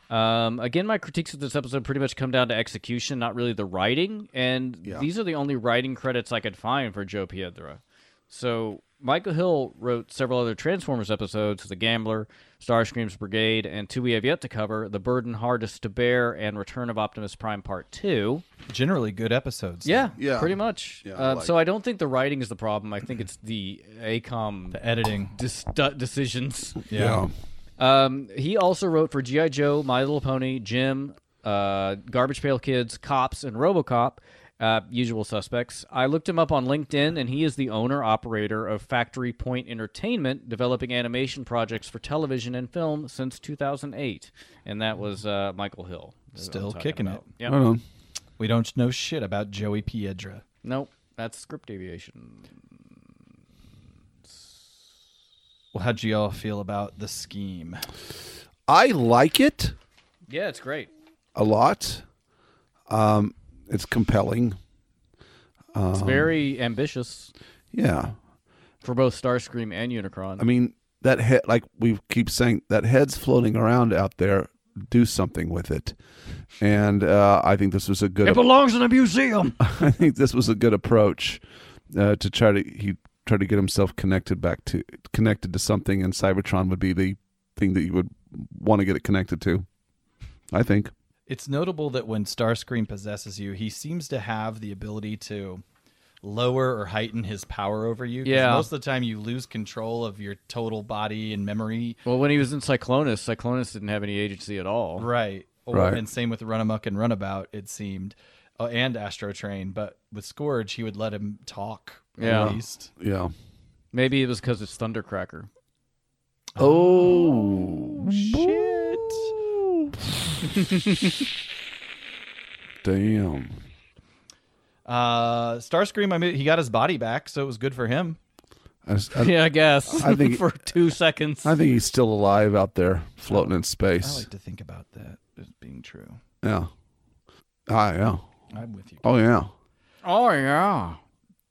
Um, again, my critiques of this episode pretty much come down to execution, not really the writing. And these are the only writing credits I could find for Joe Piedra. So Michael Hill wrote several other Transformers episodes, The Gambler, Starscream's Brigade, and two we have yet to cover, The Burden Hardest to Bear and Return of Optimus Prime Part 2. Generally good episodes. Yeah, Yeah. pretty much. Yeah, uh, like- so I don't think the writing is the problem. I think it's the ACOM The editing. dis- decisions. Yeah. Um, he also wrote for G.I. Joe, My Little Pony, Jim, uh, Garbage Pail Kids, Cops, and Robocop, uh, usual suspects. I looked him up on LinkedIn, and he is the owner operator of Factory Point Entertainment, developing animation projects for television and film since 2008. And that was uh, Michael Hill. that I'm Still talking kicking about. it. Yep. I don't know. We don't know shit about Joey Piedra. Nope, that's script deviation. Well, how'd you all feel about the scheme? I like it Yeah, it's great. a lot. Um, it's compelling. It's very ambitious Yeah. for both Starscream and Unicron. I mean, that head, like we keep saying, that head's floating around out there. Do something with it. And uh, I think this was a good. belongs in a museum. [LAUGHS] I think this was a good approach uh, to try to he try to get himself connected back to connected to something, and Cybertron would be the thing that you would want to get it connected to. I think. It's notable that when Starscream possesses you, he seems to have the ability to lower or heighten his power over you. 'cause Yeah. Most of the time, you lose control of your total body and memory. [LAUGHS] Well, when he was in Cyclonus, Cyclonus didn't have any agency at all. Right. Or, Right. And same with Runamuck and Runabout, it seemed, uh, and Astro Train. But with Scourge, he would let him talk Yeah. at least. Yeah. Maybe it was because it's Thundercracker. [LAUGHS] Oh Shit. damn! Uh, Starscream, I mean, he got his body back, so it was good for him. I, s- I- Yeah, I guess. I think- [LAUGHS] for two seconds. I think he's still alive out there, floating in I space. like to think about that as being true. yeah. Ah, yeah. I'm with you. Oh yeah. oh yeah.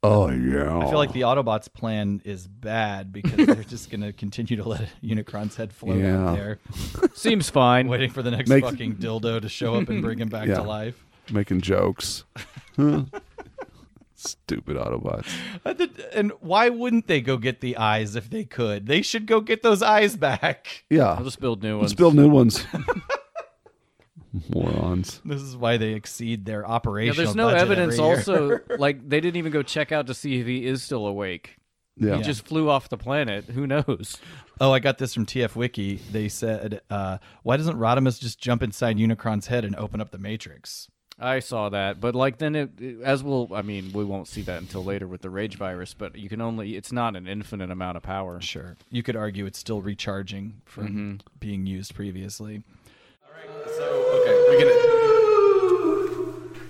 Oh yeah. I feel like the Autobots' plan is bad [LAUGHS] because they're just going to continue to let [LAUGHS] Unicron's head float Yeah. out there, [LAUGHS] Seems fine. waiting for the next Make- fucking dildo to show up and bring him back [LAUGHS] Yeah. to life. making jokes. [LAUGHS] Stupid Autobots. But the- And why wouldn't they go get the eyes if they could? They should go get those eyes back. [LAUGHS] Yeah. I'll just build new Let's ones. build new ones. [LAUGHS] Morons. This is why they exceed their yeah, operational. there's no budget evidence. every year. [LAUGHS] Also, like they didn't even go check out to see if he is still awake. Yeah. He just flew off the planet. Who knows? [LAUGHS] Oh, I got this from TF Wiki. They said, uh, "Why doesn't Rodimus just jump inside Unicron's head and open up the Matrix?" I saw that, but like then it, it- as we'll. I mean, we won't see that until later with the rage virus. But you can only. It's not an infinite amount of power. Sure, you could argue it's still recharging from Mm-hmm. being used previously.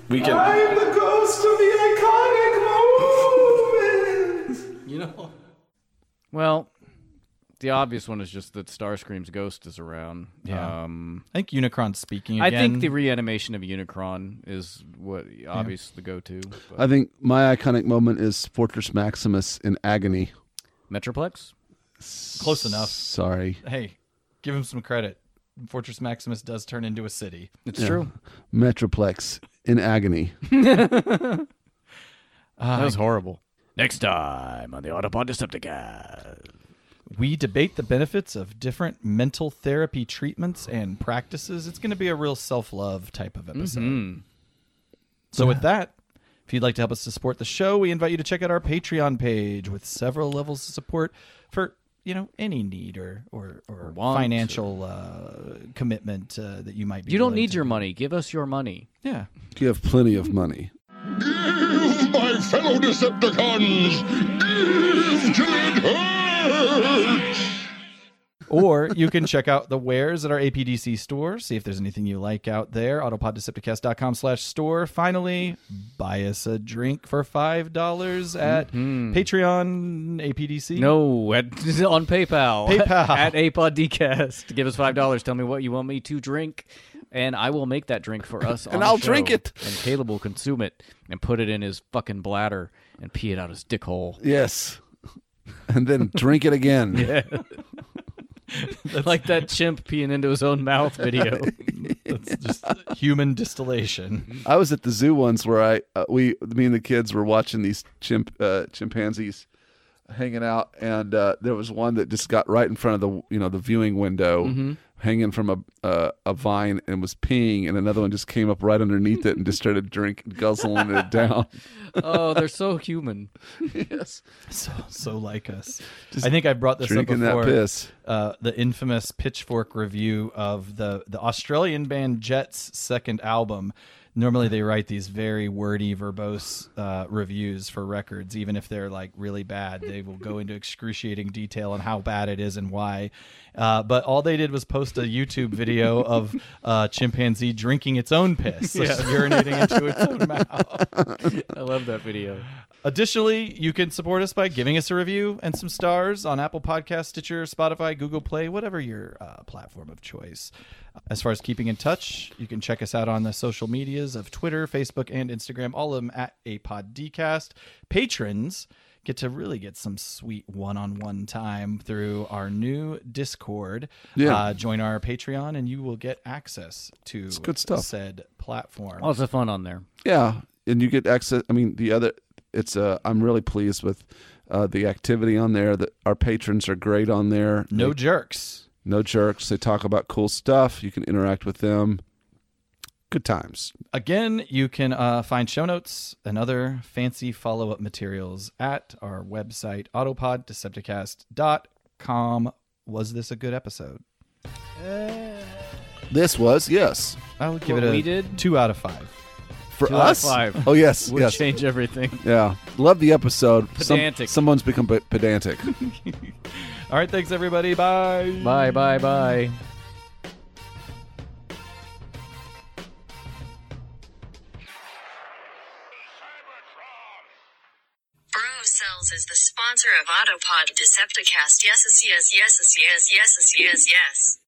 We can. I'm the ghost of the iconic movement. Well, the obvious one is just that Starscream's ghost is around. Yeah. Um, I think Unicron's speaking I again. think the reanimation of Unicron is what obvious the go-to. but- I think my iconic moment is Fortress Maximus in agony. Metroplex. close enough. Sorry. Hey, give him some credit. Fortress Maximus does turn into a city. It's true. Metroplex in agony. Uh, that was horrible. Next time on the Autobot Decepticon. We debate the benefits of different mental therapy treatments and practices. It's going to be a real self love type of episode. Mm-hmm. So, with that, if you'd like to help us to support the show, we invite you to check out our Patreon page with several levels of support for you know any need or or, or want financial uh, commitment uh, that you might be. You don't willing need to- your money. Give us your money. yeah. You have plenty of money. Give my fellow Decepticons! Give till it hurts! or you can check out the wares at our APDC store. See if there's anything you like out there. Autopoddecepticast.com slash store. Finally, buy us a drink for $5 at Patreon APDC. No, at, [LAUGHS] on PayPal. PayPal. [LAUGHS] at apodcast. Give us five dollars. Tell me what you want me to drink, and I will make that drink for [LAUGHS] us. on the I'll drink show. it. and Caleb will consume it and put it in his fucking bladder and pee it out his dick hole. Yes. [LAUGHS] And then drink [LAUGHS] it again. [LAUGHS] like that chimp peeing into his own mouth [LAUGHS] video. That's just human distillation. I was at the zoo once where I uh, we me and the kids were watching these chimp uh, chimpanzees hanging out, and uh, there was one that just got right in front of the you know the viewing window, Mm-hmm. hanging from a uh, a vine and was peeing, and another one just came up right underneath it and just started drink guzzling it [LAUGHS] down. oh, they're so human. yes, So, [LAUGHS] so like us. I think I brought this up drinking that before. piss. uh, the infamous Pitchfork review of the the Australian band Jet's second album. Normally, they write these very wordy, verbose uh, reviews for records, even if they're like really bad. They will go into excruciating detail on how bad it is and why. Uh, but all they did was post a YouTube video of uh, chimpanzee drinking its own [LAUGHS] piss, like, urinating into its own mouth. I love that video. Additionally, you can support us by giving us a review and some stars on Apple Podcasts, Stitcher, Spotify, Google Play, whatever your uh, platform of choice. As far as keeping in touch, you can check us out on the social medias of Twitter, Facebook, and Instagram, all of them at APODcast. Patrons get to really get some sweet one-on-one time through our new Discord. Yeah. Uh, join our Patreon, and you will get access to good stuff. said platform. Lots of fun on there. Yeah, and you get access. I mean, the other, it's. Uh, I'm really pleased with uh, the activity on there. That our patrons are great on there. No jerks. No jerks. They talk about cool stuff. You can interact with them. Good times. Again, you can uh, find show notes and other fancy follow up materials at our website, autopoddecepticast.com. Was this a good episode? This was yes I would give What it a we did? two out of five. for Two out of us. five. Oh yes, Would yes, change everything. yeah. Love the episode. Some- Pedantic. someone's become pe- pedantic. All right, thanks everybody. Bye. Bye, bye, bye. Brew Cells is the sponsor of Autopod Decepticast. Yes, yes, yes, yes, yes, yes, yes, yes, yes.